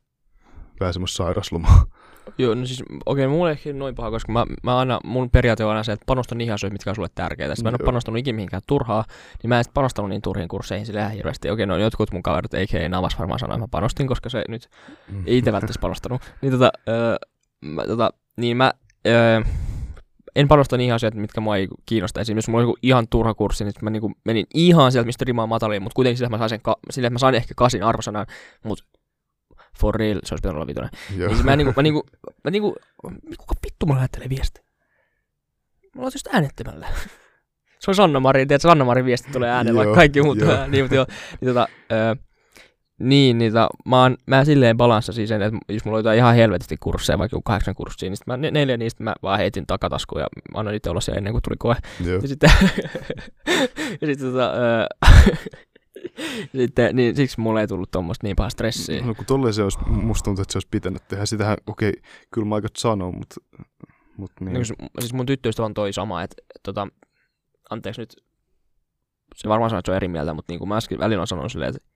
A: Vähän semmoista sairaslomaa.
B: että, joo, no siis, okei, okay, mulla ei ehkä noin paha, koska mä, mä aina, mun periaate on aina se, että panosta niihin asioihin, mitkä on sulle tärkeitä. Sitten mä en ole
A: Joo.
B: panostanut ikinä mihinkään turhaa, niin mä en sit panostanut niin turhiin kursseihin sillä ihan hirveästi. Okei, no jotkut mun kaverit, ei Navas varmaan sanoi, että mä panostin, koska se nyt ei itse välttämättä panostanut. Niin tota, öö, mä, tota, niin mä öö, en panosta niihin asioihin, mitkä mua ei kiinnosta. Esimerkiksi jos mulla oli joku ihan turha kurssi, niin sit mä niinku menin ihan sieltä, mistä rima on matalin, mutta kuitenkin sillä mä sain, sen ka- sillä mä sain ehkä kasin arvosanan, mutta for real, se olisi pitänyt olla vitonen.
A: Joo.
B: Niin sit mä niinku, mä niinku, mä niinku, kuka vittu mulla lähettelee viesti? Mä oon just äänettömällä. Se on Sanna-Mari, tiedät, Sanna-Marin viesti tulee
A: Joo,
B: äänellä, vaikka kaikki muut
A: joo.
B: joo. niin, mutta joo, niin, tota, öö, niin, niin tota, mä, oon, mä silleen balanssasi sen, että jos mulla oli jotain ihan helvetisti kursseja, vaikka joku kahdeksan kurssia, niin sit mä ne, neljä niistä mä vaan heitin takataskuun ja annoin itse olla siellä ennen kuin tuli koe.
A: Joo.
B: Ja sitten, ja sitten, tota, öö, sitten niin, siksi mulla ei tullut tuommoista niin pahaa stressiä.
A: No kun tolleen se olisi, musta tuntuu, että se olisi pitänyt tehdä. Sitähän, okei, okay, kyllä mä aika sanon, mutta mut niin.
B: Niin. Niin, siis mun tyttöystävä on toi sama, että et, tota, anteeksi nyt, se varmaan sanoo, että se on eri mieltä, mutta niin kuin mä äsken välillä on sanonut silleen, että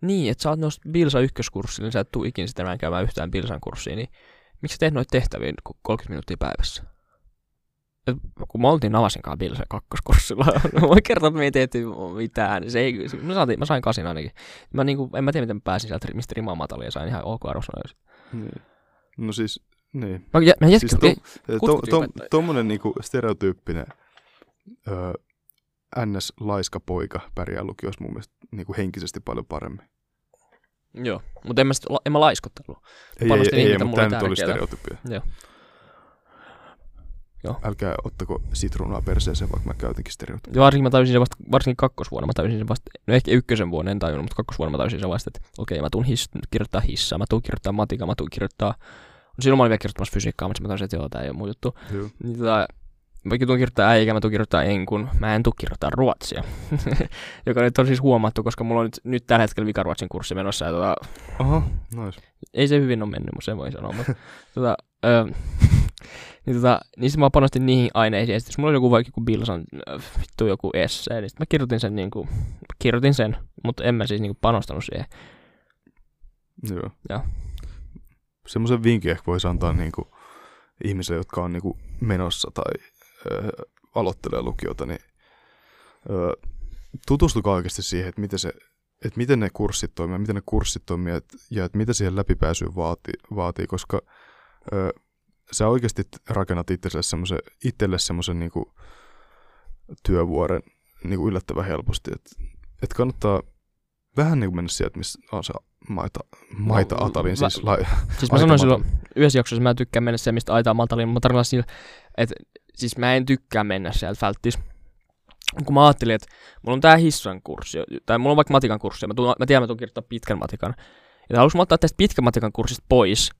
B: niin, että sä oot noista Bilsa ykköskurssilla, niin sä et tuu ikinä sitten enää käymään yhtään Bilsan kurssiin, niin miksi sä teet noita tehtäviä nyt kun 30 minuuttia päivässä? et kun me oltiin Navasinkaan Bilse kakkoskurssilla, no, voi kertoa, että me ei tehty mitään. niin Se ei, se, mä, saatiin, mä sain kasin ainakin. Mä niinku, en mä tiedä, miten mä pääsin sieltä, mistä rimaa matalia sain ihan ok arvosanoja.
A: Niin. No siis, niin.
B: Mä, jä, mä jätkä,
A: Siis
B: siis
A: to, to,
B: kutkutyypettä.
A: tommonen niinku stereotyyppinen öö, NS-laiska poika pärjää lukiossa mun mielestä niinku henkisesti paljon paremmin.
B: Joo, mutta en mä, sit, la- en mä laiskottelua.
A: Ei, ei,
B: Panostin
A: ei, ei
B: niitä,
A: mutta
B: mulle
A: tämä nyt oli
B: tärkeää.
A: stereotypia.
B: Joo. Joo.
A: Älkää ottako sitruunaa perseeseen, vaikka mä käytinkin stereotypia.
B: Ja varsinkin mä tajusin sen vasta, varsinkin kakkosvuonna mä tajusin sen vasta, no ehkä ykkösen vuonna en tajunnut, mutta kakkosvuonna mä tajusin sen vasta, että okei, mä tuun his, kirjoittaa hissaa, mä tuun kirjoittaa matikaa, mä tuun kirjoittaa, no silloin mä olin vielä kirjoittamassa fysiikkaa, mutta sitten mä tajusin, että joo, tää ei ole mun juttu.
A: Joo.
B: Niin tota, mä tuun kirjoittaa äikä, mä tuun kirjoittaa enkun, mä en tuu kirjoittaa ruotsia. Joka nyt on siis huomattu, koska mulla on nyt, nyt tällä hetkellä vikaruotsin kurssi menossa. Ja tota,
A: Aha, nois.
B: ei se hyvin ole mennyt, mutta sen voi sanoa. Mutta, tota, ö, niin, tota, niin sitten mä panostin niihin aineisiin. Ja sit jos mulla oli joku vaikka joku Bilsan ö, vittu joku essee, niin sit mä kirjoitin sen, niin kuin, kirjoitin sen mutta en mä siis niin kuin panostanut siihen.
A: Joo.
B: Joo.
A: Semmoisen vinkin ehkä voisi antaa niinku ihmisille, jotka on niinku menossa tai öö, aloittelee lukiota, niin öö, tutustukaa oikeasti siihen, että miten, se, että miten ne kurssit toimii, miten ne kurssit toimii et, ja että mitä siihen läpipääsyyn vaatii, vaatii koska öö, sä oikeasti rakennat itselle semmoisen, itselle semmoisen niinku työvuoren niinku yllättävän helposti. Että et kannattaa vähän niinku mennä sieltä, missä on se maita, maita
B: No,
A: atalin,
B: mä-
A: siis lai,
B: Siis mä
A: Aika
B: sanoin silloin
A: matala.
B: yhdessä jaksossa, mä tykkään mennä siellä, mistä aitaa matalin, mutta tarkoitan sillä, että siis mä en tykkää mennä sieltä välttis. Kun mä ajattelin, että mulla on tää hissan kurssi, tai mulla on vaikka matikan kurssi, ja mä, tuun, mä tiedän, mä tuun kirjoittaa pitkän matikan. Ja haluaisin mä ottaa tästä pitkän matikan kurssista pois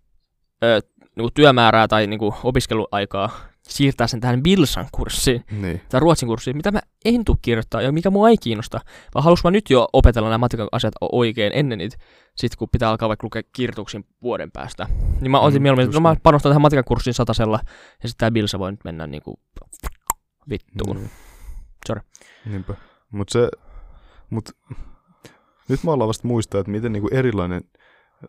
B: ö, niinku työmäärää tai niinku opiskeluaikaa, siirtää sen tähän Bilsan kurssiin,
A: niin.
B: tai ruotsin kurssiin, mitä mä en tuu kirjoittaa ja mikä mua ei kiinnosta, vaan halus mä nyt jo opetella nämä matikan asiat o- oikein ennen niitä, sit kun pitää alkaa vaikka lukea kirjoituksen vuoden päästä. Niin mä otin
A: Mm,
B: mm, mieluummin, että
A: just
B: no mä
A: niin.
B: panostan tähän matikan kurssiin satasella, ja sitten tää Bilsa voi nyt mennä niinku vittuun.
A: Niin.
B: Sorry.
A: Niinpä. Mut se, mut, nyt mä ollaan vasta muistaa, että miten niinku erilainen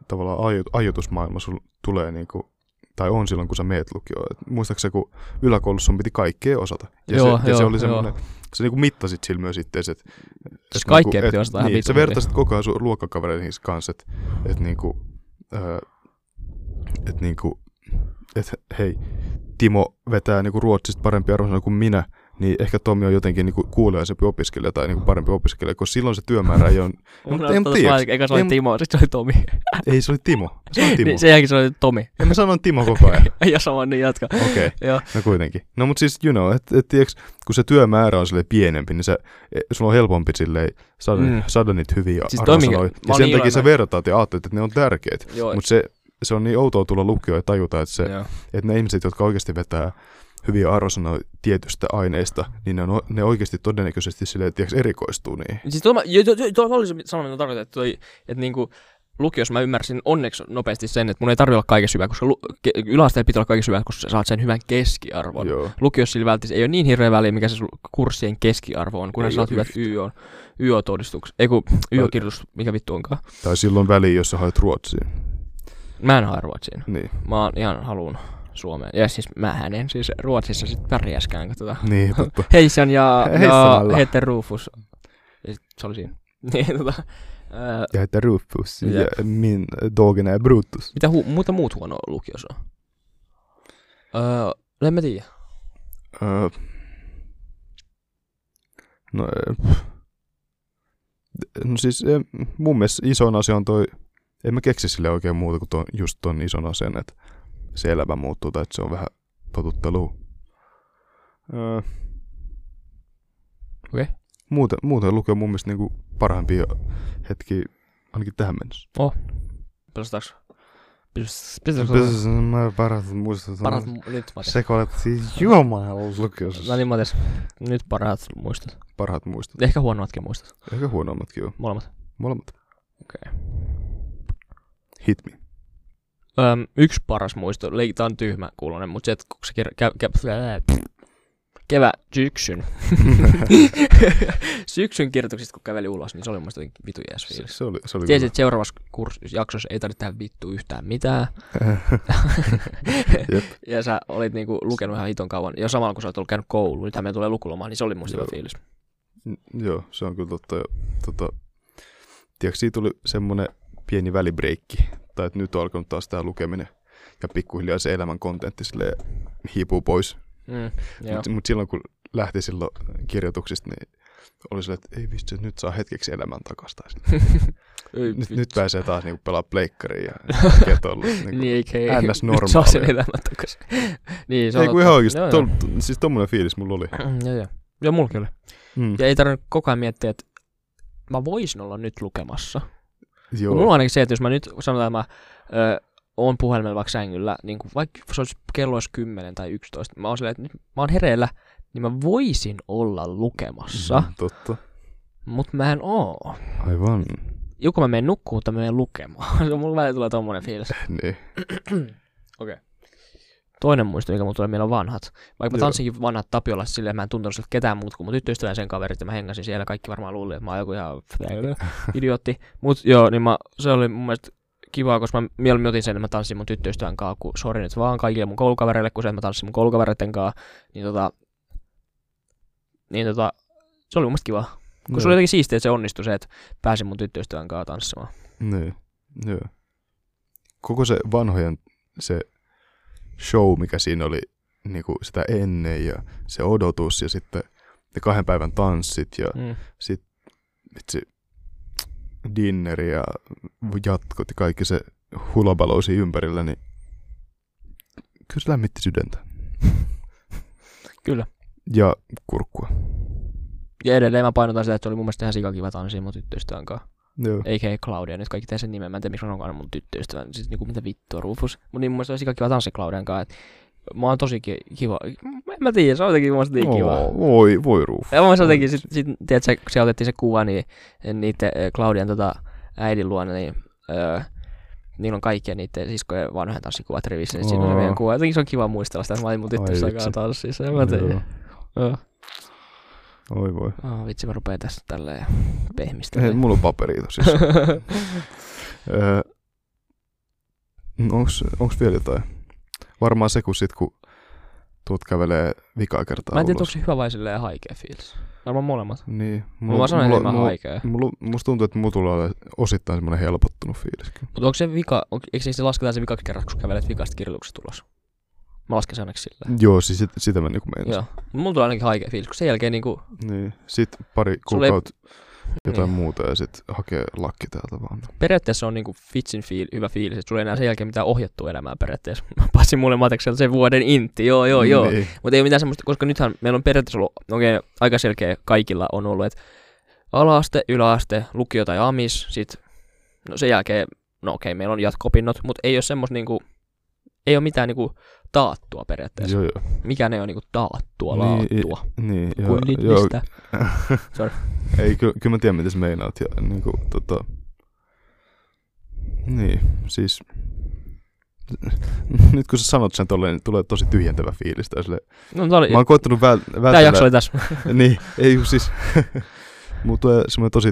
A: tavallaan ajo- ajoitusmaailma sul tulee niinku, tai on silloin, kun sä meet lukioon. Et muistaaksä, kun yläkoulussa sun piti kaikkea osata. Ja
B: Joo,
A: se, ja se
B: joo,
A: oli
B: joo.
A: semmoinen, sä niinku mittasit sillä myös ittees, et,
B: Siis
A: et
B: kaikkea
A: niinku,
B: piti
A: et-
B: osata ihan
A: niin,
B: vitun
A: Sä
B: hyvin.
A: vertasit koko ajan sun luokkakavereiden kanssa, että et niinku, öö, et niinku, et hei, Timo vetää niinku ruotsista parempia arvosanoja kuin minä, niin ehkä Tomi on jotenkin niinku kuuliaisempi opiskelija tai niinku parempi opiskelija, koska silloin se työmäärä ei ole...
B: Mun
A: Mutta en
B: ottanut
A: tiedä.
B: vaan- Eikä se oli
A: En-
B: Timo, sit se oli Tomi.
A: Ei, se oli Timo. Se on Timo.
B: Niin, sen jälkeen se oli Tomi.
A: Ja mä sanon Timo koko ajan.
B: ja sama, niin jatka.
A: Okei, okay.
B: Joo.
A: no kuitenkin. No mutta siis, you know, että et, tiiäks, kun se työmäärä on sille pienempi, niin sä, e, sulla on helpompi silleen saada,
B: Mm.
A: mm. saada niitä hyviä
B: Siis
A: siis
B: toi, minkä-
A: arvosanoja.
B: mä
A: Ja
B: oon
A: sen
B: niin
A: takia sä
B: iloinen.
A: vertaat ja ajattelet, että ne on tärkeitä.
B: Joo.
A: Mutta se, se on niin outoa tulla lukioon ja tajuta, että se,
B: joo.
A: että ne ihmiset, jotka oikeasti vetää hyviä arvosanoja tietystä aineesta, niin ne, on, ne oikeasti todennäköisesti silleen, tiiäks, erikoistuu niihin.
B: Siis tuo, mä- jo, jo, jo, tuo oli se sama, mitä mä tarkoitan, että, toi, että niinku, lukiossa mä ymmärsin onneksi nopeasti sen, että mun ei tarvi olla kaikessa hyvä, koska lu, ke, yläasteella pitää olla kaikessa hyvä, koska sä saat sen hyvän keskiarvon.
A: Joo.
B: Lukiossa sillä välttis ei ole niin hirveä väliä, mikä se sun kurssien keskiarvo on, kunhan
A: Ei
B: sä saat
A: oo
B: hyvät YO, YO-todistukset. Ei kun YO-kirjoitus, mikä vittu onkaan.
A: Tai silloin väliin, jos sä haet Ruotsiin.
B: Mä en hae ruotsiin.
A: Niin.
B: Mä oon ihan haluun Suomeen. Ja siis mähän en siis Ruotsissa sit pärjäskään, kun tota...
A: Niin, totta.
B: Heissan ja,
A: Hei
B: ja
A: samalla.
B: Heter Rufus. Ja sit se oli siinä. Niin tota... ää,
A: Jag heter Rufus ja,
B: Ja.
A: min dagen är Brutus.
B: Mitä hu- muuta muut huonoa lukiossa on? Öö, no en mä tiedä.
A: Öö, no, öö, pff. no siis em, mun mielestä iso asia on toi, en mä keksi sille oikein muuta kuin ton, just ton ison asian, että se elämä muuttuu tai että se on vähän totuttelu. Öö,
B: Okei. Okay.
A: muuten, muuten lukee mun mielestä niinku parhaimpia hetki ainakin tähän mennessä.
B: Pelastaks?
A: Pysy- Mä paras muistan.
B: Parat mu- nyt Matias.
A: Sä olet siis juomalla lukiossa.
B: No niin Matias, nyt parhaat muistot.
A: Parhaat muistot.
B: Ehkä huonommatkin muistot.
A: Ehkä huonommatkin joo.
B: Molemmat.
A: Molemmat.
B: Okei.
A: Hit me.
B: Öö, Öm, yksi paras muisto, tämä on tyhmä kuulonen, mutta se, että kun sä kir- kä- kä- kevä, syksyn. syksyn kirjoituksista, kun käveli ulos, niin se oli mun mielestä jotenkin vitu jees
A: se,
B: fiilis.
A: se oli, se oli
B: Tiesin, että seuraavassa kurs- jaksossa ei tarvitse tehdä vittu yhtään mitään.
A: Jep.
B: ja sä olit niinku lukenut ihan hiton kauan. Ja samalla kun sä oot ollut käynyt kouluun, nythän meillä tulee lukulomaa, niin se oli mun hyvä
A: Joo.
B: fiilis.
A: N- Joo, se on kyllä totta. Ja, tota, tiedätkö, siitä tuli semmoinen pieni välibreikki, tai että nyt on alkanut taas tämä lukeminen, ja pikkuhiljaa se elämän kontentti silleen hiipuu pois.
B: Mm, joo.
A: Mutta mut silloin kun lähti silloin kirjoituksista, niin oli silleen, että ei vitsi, nyt saa hetkeksi elämän takaisin.
B: Ei
A: Nyt,
B: vitsi.
A: nyt pääsee taas niinku pelaa pleikkariin ja ketolle. Niinku.
B: Niin, eikä ei.
A: ns.
B: Nyt saa sen
A: normaalia.
B: elämän takaisin. niin, se on
A: Ei kun
B: totta.
A: ihan oikeasti,
B: Joo,
A: tol, siis tommonen fiilis mulla oli.
B: joo. joo, joo. Joo, mullakin oli.
A: Mm.
B: Ja ei tarvinnut koko ajan miettiä, että mä voisin olla nyt lukemassa.
A: Joo,
B: Joo. Mulla on ainakin se, että jos mä nyt sanotaan, että mä ö, oon puhelimella vaikka sängyllä, niin kun vaikka se olisi kello olisi 10 tai 11, mä oon silleen, että nyt mä oon hereillä, niin mä voisin olla lukemassa,
A: Mm, totta. Mm-hmm.
B: mm. mutta mä en oo.
A: Aivan.
B: Joku mä menen nukkuun tai mä menen lukemaan. Mulla välillä tulee tommonen fiilis.
A: Niin.
B: Toinen muisto, mikä mulla tulee, meillä on vanhat. Vaikka mä
A: Joo.
B: tanssikin vanhat Tapiolassa silleen, mä en tuntenut sieltä ketään muut kuin mun tyttöystävän sen kaverit, ja mä hengasin siellä, kaikki varmaan luuli, että mä oon joku ihan idiootti. Mut joo, niin mä, se oli mun mielestä kivaa, koska mä mieluummin otin sen, että mä tanssin mun tyttöystävän kanssa, kun sori nyt vaan kaikille mun koulukavereille, kun se, että mä tanssin mun koulukavereiden kanssa, niin tota, niin tota, se oli mun mielestä kivaa. Kun se oli jotenkin siistiä, että se onnistui se, että pääsin mun tyttöystävän kanssa tanssimaan.
A: Niin, joo. Koko se vanhojen se show, mikä siinä oli niin kuin sitä ennen ja se odotus ja sitten ne kahden päivän tanssit ja
B: Mm.
A: vitsi, dinner ja jatkot ja kaikki se hulabaloisi ympärillä, niin kyllä se lämmitti sydäntä.
B: Kyllä.
A: Ja kurkkua.
B: Ja edelleen mä painotan sitä, että se oli mun mielestä ihan sikakiva tanssia mun tyttöystävän kanssa.
A: Joo.
B: a.k.a. Claudia, nyt kaikki tässä nimen, mä en tiedä miksi mä sanon aina mun tyttöystävän, siis niinku mitä vittua Rufus. Mut niin mun mielestä olisi ihan kiva tanssi Claudian kanssa, et mä oon tosi ki- kiva, mä, mä tiedä, se on jotenkin mun mielestä niin kiva.
A: Oo, voi, voi ruuf.
B: Ja mä oon jotenkin, sit, sit tiedätkö, kun siellä otettiin se kuva, niin niiden eh, Claudian tota, äidin luona, niin öö, niillä on kaikkien niiden siskojen vanhojen tanssikuvat rivissä, niin siinä on se
A: Oo.
B: meidän kuva. Jotenkin se on kiva muistella sitä, että mä olin mun
A: Ai
B: tyttöystävän
A: vitsi.
B: kanssa tanssissa, en mä tiedä. Joo.
A: Oi voi.
B: Oh, vitsi, mä rupean tässä tälleen
A: Hei,
B: pehmistelemään.
A: mulla on paperia tosissaan. Öö, onks, onks vielä jotain? Varmaan se, kun sit kun tuut kävelee vikaa kertaa
B: Mä en tiedä, onko
A: ulos.
B: se hyvä vai silleen haikea fiilis. Varmaan molemmat.
A: Niin,
B: Mulla, mä sanoin mulla, enemmän
A: mulla,
B: haikea.
A: mulla, musta tuntuu, että mulla tulee olemaan osittain semmoinen helpottunut fiilis. kyllä.
B: Mutta onko se vika, on, eikö se lasketa se vikaksi kerraksi, kun kävelet vikasta kirjoituksesta ulos? Mä lasken sen ainakin sillä.
A: Joo, siis sit, sitä mä niinku meinasin.
B: Joo. Mut Mulla tulee ainakin haikea fiilis, kun sen jälkeen niinku...
A: Niin. Sit pari
B: Sulla ei-
A: kuukautta jotain
B: Niin.
A: muuta ja sit hakee lakki täältä vaan.
B: Periaatteessa on niinku fitsin fiil, hyvä fiilis, että sulla ei enää sen jälkeen mitään ohjattua elämää periaatteessa. Mä passin mulle matekselta sen vuoden intti, joo joo joo. Niin.
A: Niin.
B: Mutta ei ole mitään semmoista, koska nythän meillä on periaatteessa ollut, no okei, okay, aika selkeä kaikilla on ollut, että alaaste, yläaste, lukio tai amis, sit no sen jälkeen, no okei, okay, meillä on jatkopinnot, mutta ei ole semmoista niinku, ei ole mitään niinku taattua periaatteessa.
A: Joo, joo.
B: mikä ne on niinku taattua,
A: Niin,
B: laattua.
A: Niin, joo,
B: Kuin nyt
A: joo,
B: mistä. Sorry.
A: Ei, kyllä, kyllä mä tiedän, mitä sä meinaat. Ja, niin kuin, tota... Niin, siis... Nyt kun sä sanot sen tolleen, niin tulee tosi tyhjentävä fiilis. Tai sille...
B: No, tää oli,
A: Mä oon koettanut väl, vältellä...
B: tää jakso oli tässä.
A: Niin, ei kun siis... Mulla tulee semmoinen tosi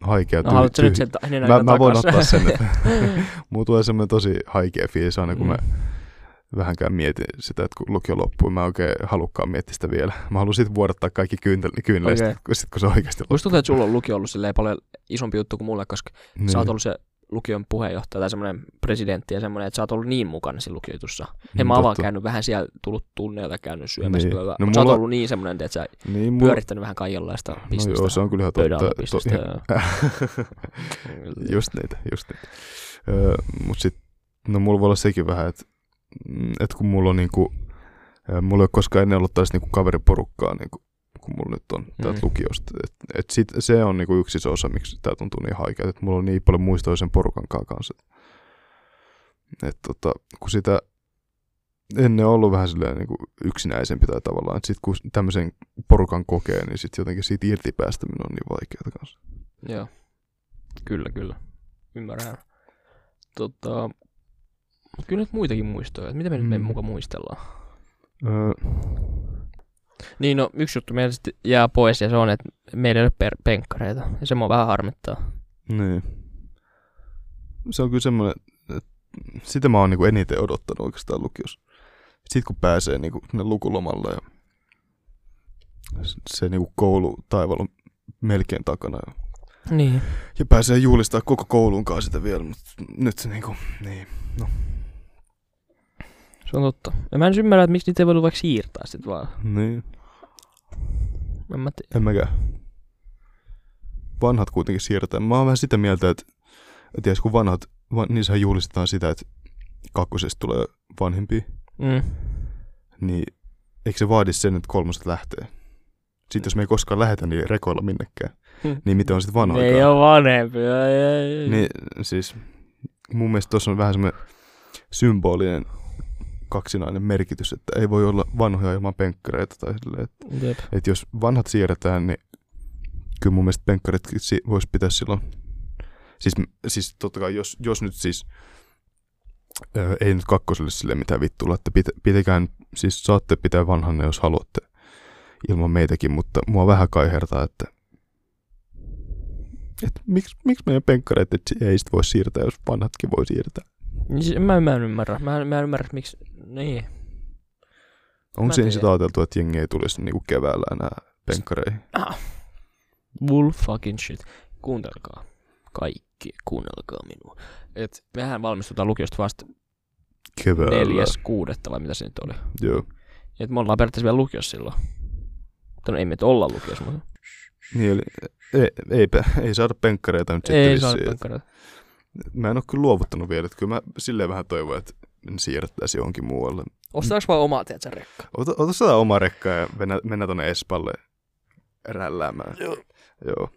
A: haikea
B: No, haluatko sä nyt sen ta- nenän
A: Mä,
B: ihan
A: mä voin
B: takas?
A: ottaa sen. Että... Mulla tulee semmoinen tosi haikea fiilis aina, kun
B: Mm.
A: mä vähänkään mietin sitä, että kun lukio loppuu, mä en oikein halukkaan miettiä sitä vielä. Mä haluan sit vuodattaa kaikki kyynel- kyyneleistä,
B: Okei.
A: okay. sit kun se oikeasti
B: Musta tuntuu, että sulla on lukio ollut silleen paljon isompi juttu kuin mulle, koska niin. sä oot ollut se lukion puheenjohtaja tai semmoinen presidentti ja semmoinen, että sä oot ollut niin mukana siinä lukiojutussa. Hei, mä oon
A: Niin, totta.
B: käynyt vähän siellä, tullut tunneilta, käynyt syömässä.
A: Niin.
B: Niin. No,
A: No,
B: Sä oot
A: mulla-
B: ollut niin semmoinen, että sä
A: Niin, mulla-
B: pyörittänyt vähän kaikenlaista
A: no
B: bisnestä.
A: joo, se on kyllä ihan
B: pöydän
A: totta.
B: alla bisnestä.
A: To-
B: ja- Niin.
A: just niitä, just niitä. Öö, mut sit, no mulla voi olla sekin vähän, että et kun mulla on niinku, ö, mulla ei ole koskaan ennen ollut taas niinku kaveriporukkaa, niinku, kun mulla nyt on täältä
B: Mm.
A: lukiosta. Et, et sit, se on niinku yksi iso osa, miksi tää tuntuu niin haikealta, että mulla on niin paljon muistoja sen porukan kaa kanssa. Et tota, kun sitä ennen ollut vähän silleen niinku yksinäisempi tai tavallaan, että sit kun tämmöisen porukan kokee, niin sit jotenkin siitä irti päästäminen on niin vaikeaa kanssa.
B: Joo. Kyllä, kyllä. Ymmärrän. Tota, mut kyllä nyt muitakin muistoja. että Mitä me nyt
A: Mm.
B: mm. mukaan muistellaan?
A: Öö,
B: Niin, no yksi juttu meillä sitten jää pois ja se on, että meillä ei ole per- penkkareita. Ja se mua vähän harmittaa.
A: Niin. Se on kyllä semmoinen, että sitä mä oon niinku eniten odottanut oikeastaan lukiossa. Sitten kun pääsee niinku sinne lukulomalla ja se niinku koulu taival on melkein takana. Ja,
B: Niin.
A: ja pääsee juhlistaa koko koulunkaan sitä vielä, mutta nyt se niinku, niin.
B: Se on totta. Ja mä en ymmärrä, että miksi niitä ei voinut vaikka siirtää sit vaan.
A: Niin,
B: En mä tiedä.
A: en mäkään. Vanhat kuitenkin siirretään. Mä oon vähän sitä mieltä, että, että ties kun vanhat, van, niissähän juhlistetaan sitä, että kakkosesta tulee vanhempi,
B: Mm.
A: niin eikö se vaadi sen, että kolmoset lähtee? Sitten jos me ei koskaan lähetä, niin rekoilla minnekään.
B: Hmm.
A: Niin miten on sitten vanha
B: Ne ei ole vanhempi. Ei, ei, ei.
A: Niin siis mun mielestä tuossa on vähän semmoinen symbolinen kaksinainen merkitys, että ei voi olla vanhoja ilman penkkareita tai silleen, että,
B: Jep.
A: että jos vanhat siirretään, niin kyllä mun mielestä penkkaritkin si- voisi pitää silloin. Siis, siis totta kai, jos, jos nyt siis öö, ei nyt kakkoselle sille mitään vittuilla, että pitä, pitäkään, siis saatte pitää vanhanne, jos haluatte ilman meitäkin, mutta mua vähän kaihertaa, että, että miksi, miksi meidän penkkareita ei sit voi siirtää, jos vanhatkin voi siirtää.
B: Niin siis, mä, mä en ymmärrä. Mä, en- mä en ymmärrä, miksi... Niin. Mä
A: Onko siinä
B: tiedän.
A: sitä ajateltu, että jengi ei tulisi niinku keväällä enää penkkareihin?
B: Bull fucking shit. Kuuntelkaa. Kaikki, kuunnelkaa minua. Et mehän valmistutaan lukiosta vasta
A: Keväällä.
B: neljäs kuudetta vai mitä se nyt oli.
A: Joo.
B: Et me ollaan periaatteessa vielä lukiossa silloin. Tai no ei me nyt olla lukiossa, mutta
A: Niin, eli ei, ei, ei saada penkkareita nyt sitten
B: ei saa
A: vissiin.
B: penkkareita.
A: Mä en ole kyllä luovuttanut vielä, että kyllä mä silleen vähän toivon, että ne siirrettäisiin johonkin muualle.
B: Ostetaanko vaan omaa, tiedätkö, rekka?
A: Ota, ota sitä oma rekkaa ja mennä, mennä tonne Espalle rälläämään. Joo. Joo.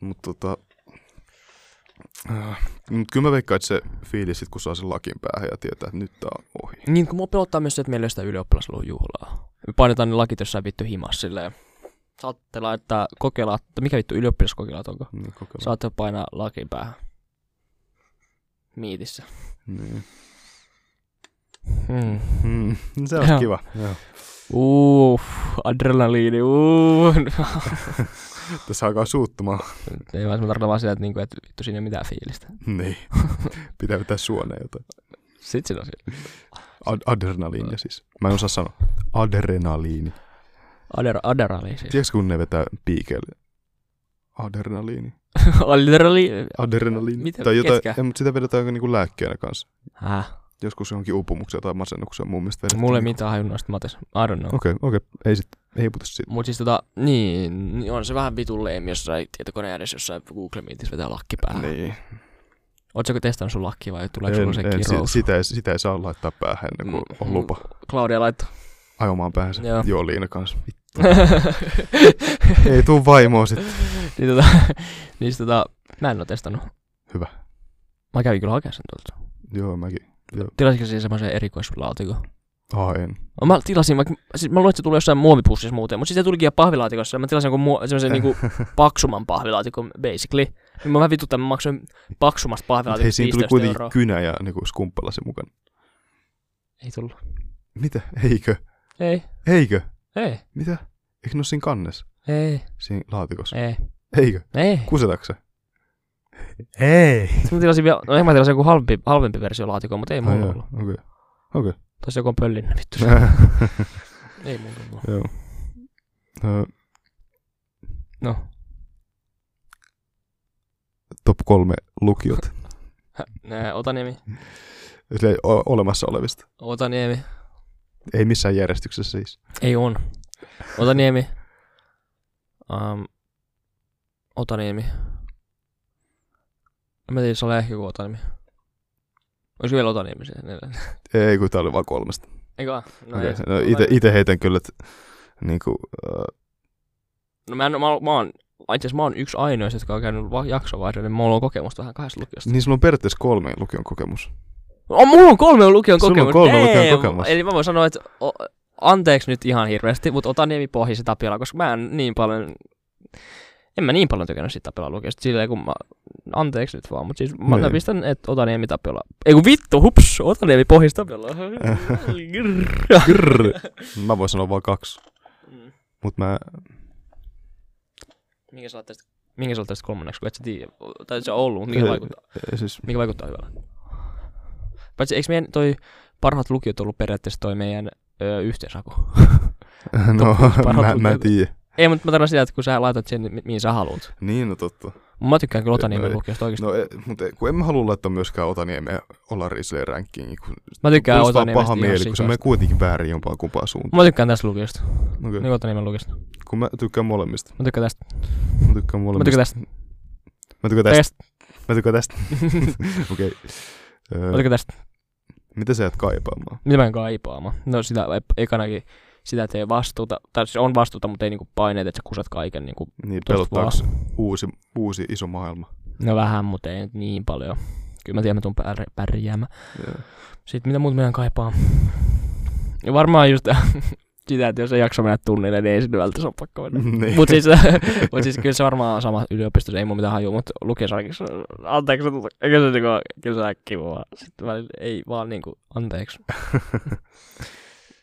A: Mutta tota, äh, mut kyllä mä veikkaan, että se fiilis sit, kun saa sen lakin päähän ja tietää, että nyt tää on ohi.
B: Niin, kun mua pelottaa myös se, että meillä ei ole sitä ylioppilasluvun juhlaa. Me painetaan ne lakit jossain vittu himas silleen. Saatte laittaa kokeilaat, mikä vittu ylioppilaskokeilaat onko?
A: Niin, kokeillaan.
B: Saatte painaa lakin päähän. Miitissä.
A: niin.
B: Hmm.
A: Mm, se
B: Joo.
A: on kiva. Joo.
B: Uff, adrenaliini, uff.
A: Tässä alkaa suuttumaan.
B: Ei vaan, mä tarkoitan vaan sitä, että, niinku, että vittu siinä ei ole mitään fiilistä.
A: niin. Pitää pitää suoneen jotain.
B: Sitten siinä on se
A: Ad- adrenaliinia siis. Mä en osaa sanoa. Adrenaliini.
B: ader, siis. aderaliini.
A: Tiedätkö, kun ne vetää piikeille? Adrenaliini.
B: Aderaliini.
A: Adrenaliini.
B: Mitä?
A: tai jotain,
B: Ketkä?
A: en, mutta sitä vedetään niinku lääkkeenä kanssa.
B: Häh?
A: Joskus johonkin uupumukseen tai masennukseen mun mielestä. vedetään
B: Mulle ei
A: niinku-
B: mitään hajun noista, Matis. I don't know.
A: Okei, okei. Ei, sit, ei puhuta siitä.
B: Mut siis tota, niin, niin on se vähän vitun leemi jossain tietokoneen edessä, jossain Google Meetissä vetää lakki päähän. Niin.
A: Niin.
B: Ootsäkö testannut sun lakki vai tuleeko sulla se
A: En, en, si-
B: kirous?
A: sitä, ei, sitä ei saa laittaa päähän ennen kuin
B: Mm,
A: on lupa
B: Claudia laittoi.
A: ajomaan päähän.
B: Joo.
A: Joo. Joo, Liina kanssa. Ei tuu vaimoa sit.
B: niin tota, niin sit tota, mä en oo testannut.
A: Hyvä.
B: Mä kävin kyllä hakemaan sen tuolta.
A: Joo, mäkin.
B: Tilasitko siihen semmoisen erikoislaatikon?
A: Ah, en.
B: No Mä tilasin vaikka, siis mä luulen, että se tulee jossain muovipussissa muuten, mutta sitten se tulikin ihan pahvilaatikossa. Mä tilasin jonkun muo- semmoisen niinku paksumman pahvilaatikon, basically. Niin mä vähän vituttan, mä maksoin paksummasta
A: Mut Hei,
B: pahvilaatikosta
A: siinä tuli
B: 15
A: kuitenkin
B: euroa.
A: kynä ja niinku skumppala se mukana.
B: Ei tullut.
A: Mitä? Eikö?
B: Ei,
A: Eikö?
B: ei,
A: Mitä? Eikö ne ole siinä kannessa?
B: ei,
A: Siinä laatikossa?
B: ei,
A: Eikö?
B: ei.
A: Kusetakse? Ei.
B: Sitten mä tilasin vielä, no ehkä mä tilasin joku halvempi, halvempi versio laatikkoa, mutta ei mulla ollut.
A: Okei.
B: Tai se joku on pöllinen, vittu. ei mulla ollut.
A: Joo. Ö,
B: No,
A: Top kolme lukiot.
B: nää, Otaniemi,
A: Silleen o- olemassa olevista.
B: Otaniemi,
A: Ei missään järjestyksessä siis.
B: ei on. Otaniemi, um, Otaniemi. En mä tiedä, se oli ehkä joku Otaniemi. Olisiko vielä Otaniemi siellä? neljä-
A: Ei, kun tää oli vaan kolmesta.
B: Eikö vaan?
A: No,
B: no,
A: okay.
B: ei.
A: no ite, ite heitän kyllä, että niinku, ö,
B: no mä, en, mä, mä oon, itse asiassa mä oon yksi ainoista, jotka on käynyt va- jaksovaihdon, niin mulla on kokemusta vähän kahdesta lukiosta.
A: niin sulla on periaatteessa kolme lukion kokemus.
B: On, mulla on kolme lukion
A: Sulla on
B: kokemus.
A: kolme lukion
B: Damn.
A: kokemus.
B: Eli mä voin sanoa, että o, anteeksi nyt ihan hirveästi, mutta otan nimi pohjassa Tapiola, koska mä en niin paljon... En en mä niin paljon tykännyt siitä tapella lukeesta. Silleen kun mä, anteeksi nyt vaan, mutta siis mä, mä
A: Niin.
B: pistän, että Otaniemi tapella. Ei kun vittu, hups, Otaniemi pohjassa tapella. Grrr.
A: Grrr. Mä voin sanoa vaan kaksi.
B: Mm.
A: Mut mä,
B: Minkä sä laittaisit, minkä sä laittaisit kolmanneksi, kun et sä tiedä, tai et sä ollut, mutta mikä
A: Ei.
B: vaikuttaa,
A: eh, siis,
B: mikä vaikuttaa hyvällä. Paitsi eikö meidän toi parhaat lukiot ollut periaatteessa toi meidän öö, yhteishaku?
A: no,
B: parhaat
A: mä, mä en
B: lukiot.
A: tiedä.
B: Ei, mutta mä tarkoitan sitä, että kun sä laitat sen, mi- mihin sä haluat.
A: Niin, no totta.
B: Mä tykkään kyllä Otaniemen
A: Ei.
B: lukiosta oikeesti.
A: No, e, mutta kun en mä halua laittaa myöskään Otaniemeä Olarisille rankingiin, niin kun
B: Mä tykkään
A: tulee vaan
B: Otaniemestä
A: paha
B: ihan
A: mieli, kun se
B: sikasti.
A: menee kuitenkin väärin jompaa kumpaa suuntaan.
B: Mä tykkään tästä lukiosta.
A: Okay.
B: Niin Otaniemen lukiosta.
A: Kun mä tykkään molemmista.
B: Mä tykkään tästä.
A: Mä tykkään
B: Mä
A: molemmista.
B: tykkään tästä.
A: Mä tykkään tästä.
B: Tästä.
A: Mä tykkään tästä. Okei. Öö,
B: Mä tykkään tästä.
A: Mitä sä jäät kaipaamaan?
B: Mitä mä en kaipaamaan? No sitä e- ekanakin sitä, että ei vastuuta, tai siis on vastuuta, mutta ei niinku paineet, että sä kusat kaiken niinku
A: Niin
B: tosta
A: pelottaako
B: vaan.
A: uusi, uusi iso maailma?
B: No vähän, mutta ei nyt niin paljon. Kyllä mä tiedän, mä tuun pär- pärjäämään.
A: Joo.
B: Sitten mitä muut meidän kaipaa? Ja varmaan just sitä, että jos ei jaksa mennä tunnille, niin ei sinne välttämättä ole pakko mennä.
A: Niin.
B: Mutta siis, mut siis kyllä se varmaan on sama yliopisto, se ei mun mitään hajua, mutta lukiossa ainakin se, anteeksi, mutta eikö se niinku, kyllä se on kivaa. Sitten välillä ei vaan niinku, anteeksi.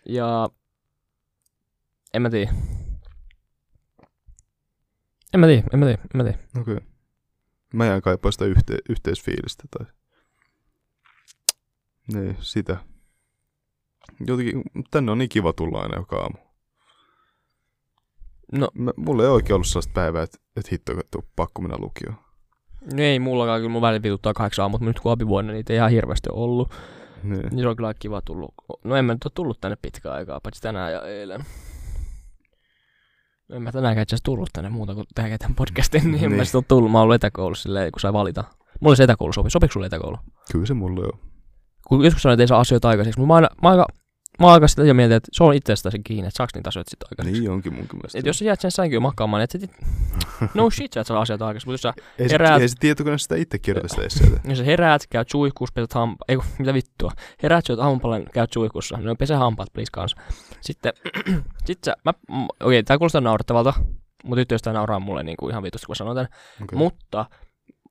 B: ja en mä tiedä. En mä tiedä, en mä tiedä, en mä tiedä.
A: Okei. Okay. Mä jään kaipaa sitä yhte- yhteisfiilistä tai... Niin, sitä. Jotenkin, tänne on niin kiva tulla aina joka aamu.
B: No.
A: Mä, mulla ei oikein ollut sellaista päivää, että, että hitto, että on pakko mennä lukioon.
B: No ei mullakaan, kyllä mun välillä vituttaa kahdeksan aamut, mutta nyt kun abivuonna niitä ei ihan hirveästi ollut,
A: Niin.
B: niin se on kyllä kiva tullut. No en mä nyt ole tullut tänne pitkään aikaa, paitsi tänään ja eilen. No En mä tänäänkään itse asiassa tullut tänne muuta kuin tehdään tämän podcastin, niin, en mä
A: Niin.
B: sit ole tullut. Mä oon ollut etäkoulussa silleen, kun sai valita. Mulla oli se etäkoulu sopi. Sopiiko sulle etäkoulu?
A: Kyllä se mulle on.
B: Kun joskus sanoin, että ei saa asioita aikaiseksi, mutta mä oon aina, mä oon aika, mä oon aika sitä jo mieltä, että se on itsestäsi kiinni, että saaks niitä asioita sitten aikaiseksi.
A: Niin onkin munkin mielestä.
B: Et jos sä jäät sen sänkyyn makkaamaan, niin et, et, no shit, sä et saa asioita aikaiseksi, mutta jos sä
A: ei, se,
B: eräät-
A: ei se tietokone sitä itse kirjoita sitä esseitä.
B: Jos sä heräät, käyt suihkuus, pesät hampaat, ei kun, mitä vittua. Heräät, syöt aamupalan, käyt suihkussa, no pesä hampaat, please kanssa. Sitten, sit sä, mä, mm, okei, tää kuulostaa naurettavalta, mutta nyt jos tää nauraa mulle niinku ihan vitusti, kun mä sanon tän.
A: Okay.
B: Mutta,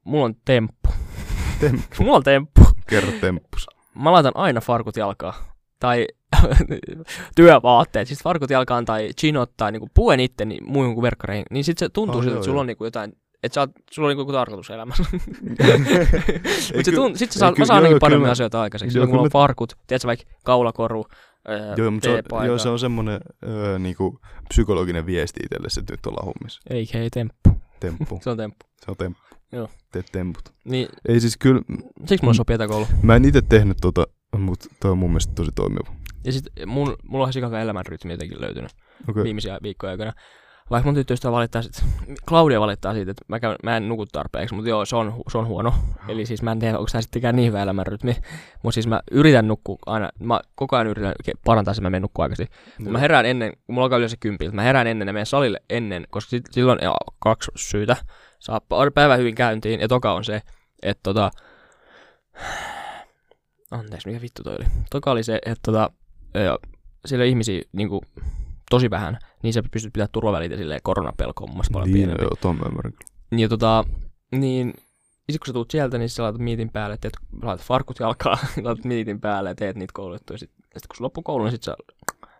B: mulla on temppu.
A: Tem-
B: mulla on temppu.
A: kerro temppus.
B: Mä laitan aina farkut jalkaa. Tai työvaatteet, siis farkut jalkaan tai chinot tai niinku puen itteni muihin kuin verkkareihin, niin sit se tuntuu
A: Ai
B: siltä,
A: joo,
B: että sulla
A: joo.
B: on niinku jotain, että sä oot, sulla on niinku joku tarkoitus elämässä.
A: Ei,
B: Mutta
A: ky-
B: tunt, sit sä
A: ei,
B: saat,
A: ky-
B: mä
A: joo,
B: saan ainakin
A: joo,
B: paremmin
A: kyllä mä-
B: asioita aikaiseksi.
A: joo,
B: Silloin mulla on
A: kyllä
B: farkut, tiedätkö vaikka kaulakoru, öö,
A: Joo, mutta se on,
B: teepaita.
A: joo, se on semmoinen öö, niinku, psykologinen viesti itsellesi, että nyt ollaan hommissa.
B: Ei, hei, temppu.
A: Temppu.
B: Se on temppu.
A: Se on temppu.
B: Joo.
A: Teet temput.
B: Niin,
A: Ei siis kyllä,
B: siksi mulla
A: Mm.
B: sopii etäkoulu.
A: mä en itse tehnyt tota, mutta toi on mun mielestä tosi toimiva.
B: Ja sit mun, mulla on sikaka elämänrytmi jotenkin löytynyt
A: Okei.
B: viimeisiä viikkoja aikana. Vaikka mun tyttöystävä valittaa sit, Claudia valittaa siitä, että mä, käyn, mä en nuku tarpeeksi, mutta joo, se on, hu- se on huono. Eli siis mä en tiedä, onko tämä sittenkään niin hyvä elämänrytmi. Mutta siis mä yritän nukkua aina, mä koko ajan yritän ke- parantaa sen, mä menen nukkua aikaisin. Kun Niin, Mä herään ennen, kun mulla alkaa yleensä kympiltä, mä herään ennen ja menen salille ennen, koska sit, silloin on kaksi syytä. Saa pa- päivän hyvin käyntiin ja toka on se, että tota... Anteeksi, mikä vittu toi oli? Toka oli se, että tota, ö, siellä on ihmisiä niinku, tosi vähän, niin sä pystyt pitämään turvavälit ja silleen koronapelko on mun mielestä paljon
A: Niin,
B: pienempi.
A: joo, ton mä ymmärrän kyllä.
B: Ja tota, niin sit kun sä tuut sieltä, niin sä laitat miitin päälle, teet, laitat farkut jalkaa, laitat miitin päälle ja teet niitä kouluttuja. Sitten sit kun sä loppukoulu, niin sit sä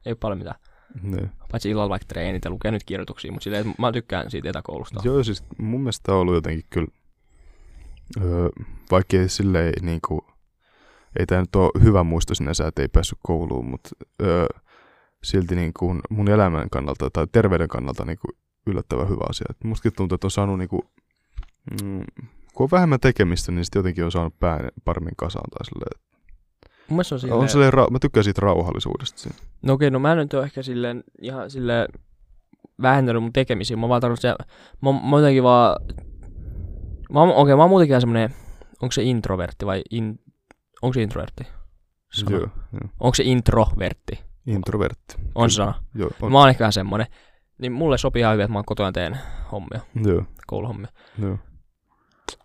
B: ei ole paljon mitään
A: Niin.
B: paitsi illalla vaikka treenit ja lukee nyt kirjoituksia, mutta silleen, että mä tykkään siitä etäkoulusta.
A: Joo, siis mun mielestä tää on ollut jotenkin kyllä, öö, vaikka ei silleen niinku, ei tää nyt ole hyvä muisto sinänsä, että ei päässyt kouluun, mutta öö, silti niinku mun elämän kannalta tai terveyden kannalta niinku yllättävän hyvä asia. Et mustakin tuntuu, että on saanut niinku, mm, kun on vähemmän tekemistä, niin sitten jotenkin on saanut pään paremmin kasaan tai silleen,
B: Mun mielestä se on silleen,
A: On silleen, ra- mä tykkään siitä rauhallisuudesta siinä.
B: no okei, no mä nyt oon ehkä silleen, ihan silleen vähentänyt mun tekemisiä, mä vaan tarvitsen, mä, mä oon jotenkin vaan, mä oon, okei, mä oon muutenkin ihan semmonen, onko se introvertti vai in, onko se introvertti? Sana.
A: Joo, joo.
B: Onko se introvertti?
A: Introvertti.
B: On se sana.
A: Joo, on.
B: Mä oon ehkä vähän semmonen. Niin mulle sopii ihan hyvin, että mä oon kotona teen hommia,
A: Joo,
B: kouluhommia.
A: joo.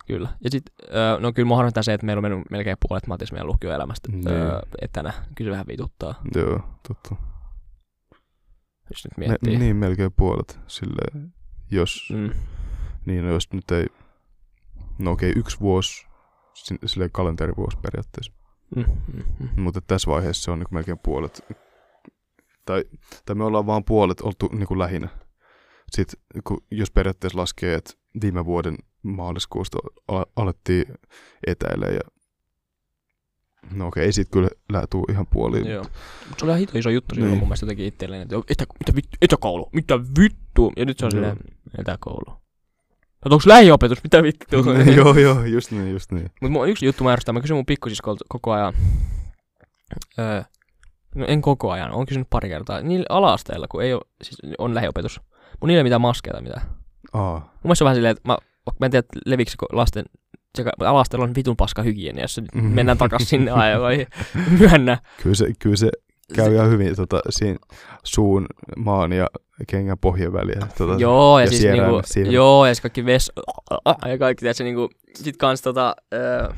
B: Kyllä. Ja sit, öö, no kyllä mua harmittaa se, että meillä on mennyt melkein puolet matissa meidän lukioelämästä
A: Niin.
B: öö, etänä. Kyllä se vähän vituttaa.
A: Joo, totta.
B: jos nyt
A: Me,
B: miettii.
A: niin, melkein puolet sille, jos
B: Mm.
A: Niin, no jos nyt ei... No okei, okay, yksi vuosi, sin- silleen kalenterivuosi periaatteessa.
B: Mm. Mm.
A: Mutta tässä vaiheessa se on niin melkein puolet. Tai, tai me ollaan vaan puolet oltu niin kuin lähinnä. Sitten kun, jos periaatteessa laskee, että viime vuoden maaliskuusta al- alettiin etäillä ja No okei, ei siitä kyllä lähtuu ihan puoliin.
B: Joo. Mut se oli ihan hito iso juttu silloin
A: Niin.
B: mun mielestä jotenkin itselleen, että etä, mitä vittu, etäkoulu, mitä vittu, ja nyt se on
A: Joo.
B: silleen, etäkoulu. Mutta onko lähiopetus, mitä vittua?
A: joo, joo, just niin, just niin.
B: Mutta yksi juttu mä ärsyttää, mä kysyn mun pikkusiskolta koko ajan. Öö, no en koko ajan, on kysynyt pari kertaa. Niillä alasteella, kun ei ole, siis on lähiopetus. Mun niillä ei ole mitään maskeja tai mitään. Mun
A: Aa,
B: mielestä se on vähän silleen, että mä, mä en tiedä, että levikö lasten sekä mutta alasteella on vitun paska hygienia, jos
A: Mhm.
B: mennään takas sinne ajan vai myönnä.
A: kyllä se, kyllä se käy ihan hyvin tota, siinä suun, maan ja kengän pohjan väliä. Tota,
B: Joo, ja,
A: ja
B: siis
A: sieraimet,
B: niinku,
A: silmät.
B: joo, ja siis kaikki ves... Ja kaikki, tiedätkö, niinku, sit kans tota... Öö,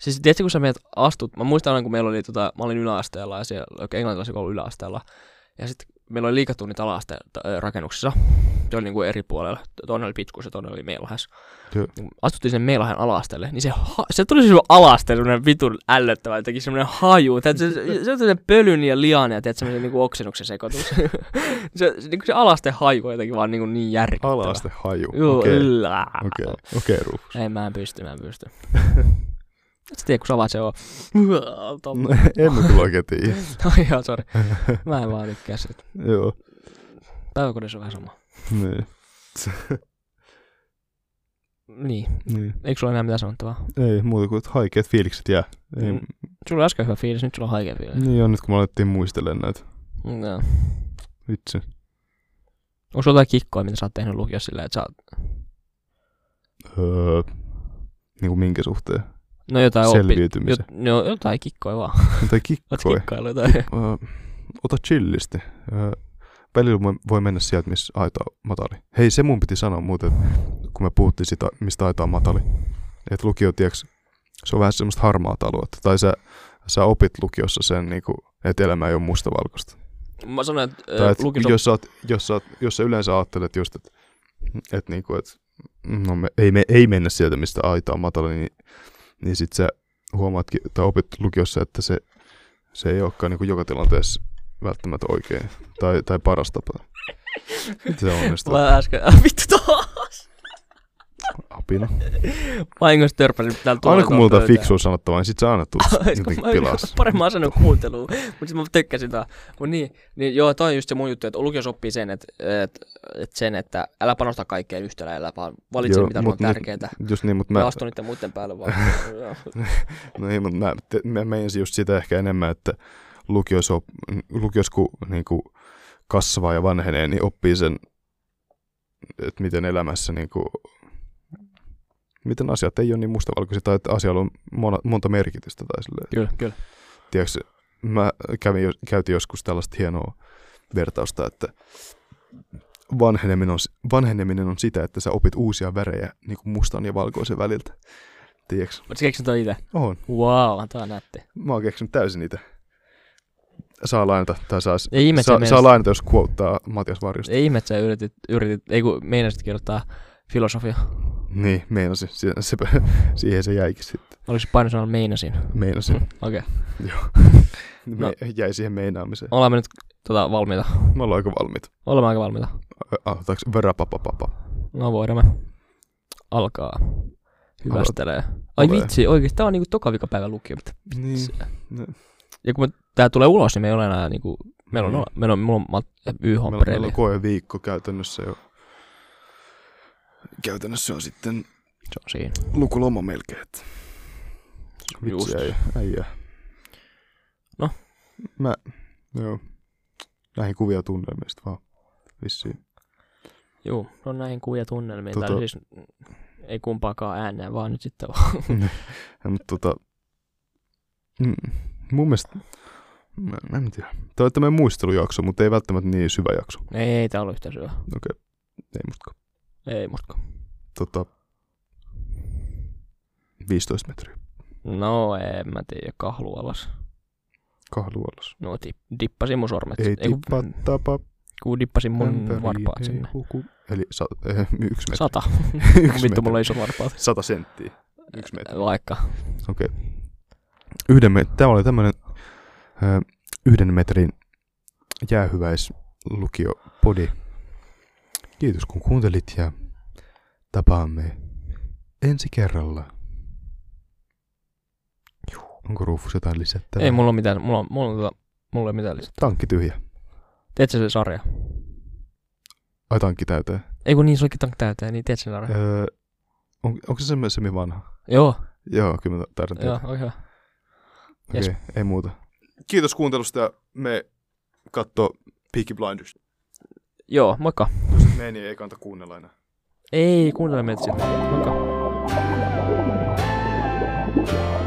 B: siis tiedätkö, kun sä meidät astut, mä muistan aina, kun meillä oli tota, mä olin yläasteella ja siellä, okay, englantilaisen koulun yläasteella, ja sitten meillä oli liikatunnit öö, alaasteen rakennuksessa, se oli niinku eri puolella, toinen oli pitkuus ja toinen oli meilahes.
A: Joo.
B: Niin Astuttiin sen meilahen alaasteelle, niin se, ha- se tuli siis alaasteelle semmonen vitun ällöttävä, jotenkin semmonen haju, tiedätkö, se, se, se on semmonen pölyn ja lian ja tiedätkö, semmonen niinku oksennuksen sekoitus se, se, niin se alaste haju on jotenkin vaan niin, niin järkyttävä.
A: Alaste haju.
B: Joo,
A: Okei,
B: okay.
A: okei, okei, okei, Rufus.
B: Ei, mä en pysty, mä en pysty. Et sä tiedä, kun sä avaat se on.
A: No, en mä kyllä oikein tiedä.
B: Ai joo, sori. Mä en vaan tykkää siitä.
A: Joo,
B: Päiväkodissa on vähän sama.
A: niin.
B: Niin.
A: niin.
B: Eikö sulla enää mitään sanottavaa?
A: Ei muuta kuin että haikeat fiilikset jää. Ei,
B: Mm. Sulla oli äsken hyvä fiilis, nyt sulla on haikea fiilis.
A: Niin on nyt kun me alettiin muistelemaan näitä.
B: Mm. No.
A: Vitsi.
B: Onko sulla jotain kikkoa, mitä sä oot tehnyt lukiossa silleen, että sä oot...
A: Öö, niin kuin minkä suhteen?
B: No jotain oppi...
A: Selviytymisen.
B: Jot, no jotain kikkoja vaan.
A: Tai
B: Oot
A: kikkoi.
B: kikkailu jotain.
A: Ö, ota chillisti. Ö, välillä mä- voi mennä sieltä, missä aita on matali. Hei, se mun piti sanoa muuten, kun me puhuttiin sitä, mistä aita on matali. Että lukio, tiiäks, se on vähän semmoista harmaata aluetta. Tai sä, sä opit lukiossa sen, niinku, että elämä ei ole mustavalkoista.
B: Mä sanoin, että
A: Tai
B: äh,
A: et,
B: lukiossa...
A: jos, sä oot, jos, sä oot, jos sä yleensä ajattelet just, että et niinku, et, no me, ei, me, ei mennä sieltä, mistä aita on matala, niin, niin sit sä huomaatkin, tai opit lukiossa, että se, se ei olekaan niinku joka tilanteessa välttämättä oikein tai, tai paras tapa. Miten se onnistuu?
B: Mä äsken... Vittu taas!
A: Apina.
B: Vahingossa törppäsin täällä tuolla.
A: Aina kun multa on fiksua sanottavaa, niin sit sä aina tulet jotenkin pilas.
B: Paremmin asennut kuunteluun, mutta sit mä tykkäsin tää. Mut niin, niin joo, toi on just se mun juttu, että lukios oppii sen, että et, et sen, että älä panosta kaikkeen yhtäläillä, vaan valitse
A: Joo,
B: mitä sulla on
A: mut nyt-
B: tärkeetä.
A: Just niin, mutta
B: Mä...
A: mä,
B: Astu niiden muiden päälle vaan. Joo.
A: No ei, mutta mä, te, mä menisin just sitä ehkä enemmän, että lukios, op, lukios kun niin kuin kasvaa ja vanhenee, niin oppii sen, että miten elämässä, niin kuin, miten asiat ei ole niin mustavalkoisia, tai että asialla on mona, monta merkitystä. Tai silleen.
B: kyllä, kyllä.
A: Tiedätkö, mä kävin, jo- käytin joskus tällaista hienoa vertausta, että vanheneminen on, s- vanheneminen on sitä, että sä opit uusia värejä niin kuin mustan ja valkoisen väliltä. Tiedätkö?
B: Oletko keksin toi itse?
A: On.
B: Wow, tää on nätti.
A: Mä oon keksinyt täysin niitä. Saa lainata, tai saa,
B: Ei ihme, että sä
A: saa, saa
B: meinasit-
A: lainata, jos kuottaa Matias Varjosta.
B: ei ihme, että sä yritit, yritit, ei kun meinasit kirjoittaa filosofia.
A: Niin, meinasin. Se, se, siihen se jäikin sitten.
B: Oliko se painosanalla meinasin?
A: Meinasin.
B: Okei. Okay.
A: Me,
B: Mm. No.
A: Jäi siihen meinaamiseen.
B: Ollaan me nyt tota, valmiita.
A: Me ollaan aika valmiit.
B: Ollaan me aika valmiita.
A: Ö, Aloitaanko verapapapapa?
B: No voidaan me. Alkaa. Hyvästelee. Ai
A: Tulee.
B: vitsi, oikeesti tää on niinku toka vikapäivä lukio. mutta
A: Niin.
B: vitsi. Ja kun me, tää tulee ulos, niin me ei ole enää niinku... Meillä on,
A: Niin.
B: olla- meillä on, mulla on mat-
A: Meillä,
B: YH-preili.
A: meillä on koeviikko käytännössä jo. Käytännössä on sitten
B: Se on siinä.
A: lukuloma melkein. että-
B: Just.
A: Vitsi, äijä. äijä.
B: No.
A: Mä, joo. Näihin kuvia tunnelmista vaan. Vissiin.
B: Juu, no näihin kuvia tunnelmiin. Tota... Tai
A: Tota-
B: siis mm, ei kumpaakaan ääneen, vaan nyt sitten on.
A: Ja, mutta tota, mm, mun mielestä, mä, mä en tiedä. Tämä on tämmöinen muistelujakso, mutta ei välttämättä niin syvä jakso.
B: Ei, ei tää ollut yhtään syvä.
A: Okei, ei mustakaan.
B: Ei mutka.
A: Tota, 15 metriä
B: No, en mä tiedä, kahlu alas.
A: kahluolassa.
B: No, tip, dippasin mun sormet.
A: Ei
B: kun-
A: tippa tapa.
B: Kun dippasin mun
A: Ämpäri
B: varpaat
A: ei
B: sinne.
A: huku. Eli sa, eh, yksi metri.
B: Sata.
A: yksi
B: Vittu,
A: metri.
B: mulla ei iso varpaat.
A: Sata senttiä. Yksi metri.
B: Vaikka.
A: Okei. Yhden met- Tämä oli tämmöinen ö, yhden metrin jäähyväislukiopodi. Kiitos kun kuuntelit ja tapaamme ensi kerralla. Onko Rufus jotain lisättävää?
B: Ei mulla ole mitään, mulla, on, mulla, on, tota- mulla ei ole mitään lisää.
A: Tankki tyhjä.
B: Teet sä se sarja?
A: Ai tankki täyteen.
B: Ei kun niin, se olikin tankki täyteen, niin teet sä se sarja?
A: Öö, on, onko se semmoinen semi vanha?
B: Joo,
A: Joo, kyllä mä ta- taidan
B: joo,
A: tietää.
B: oikein hyvä.
A: Okei, okay, ei muuta. Kiitos kuuntelusta ja me katso Peaky Blinders.
B: Joo, moikka.
A: Jos et mene, niin ei kannata kuunnella enää.
B: Ei, kuuntele meitä sitten. Moikka.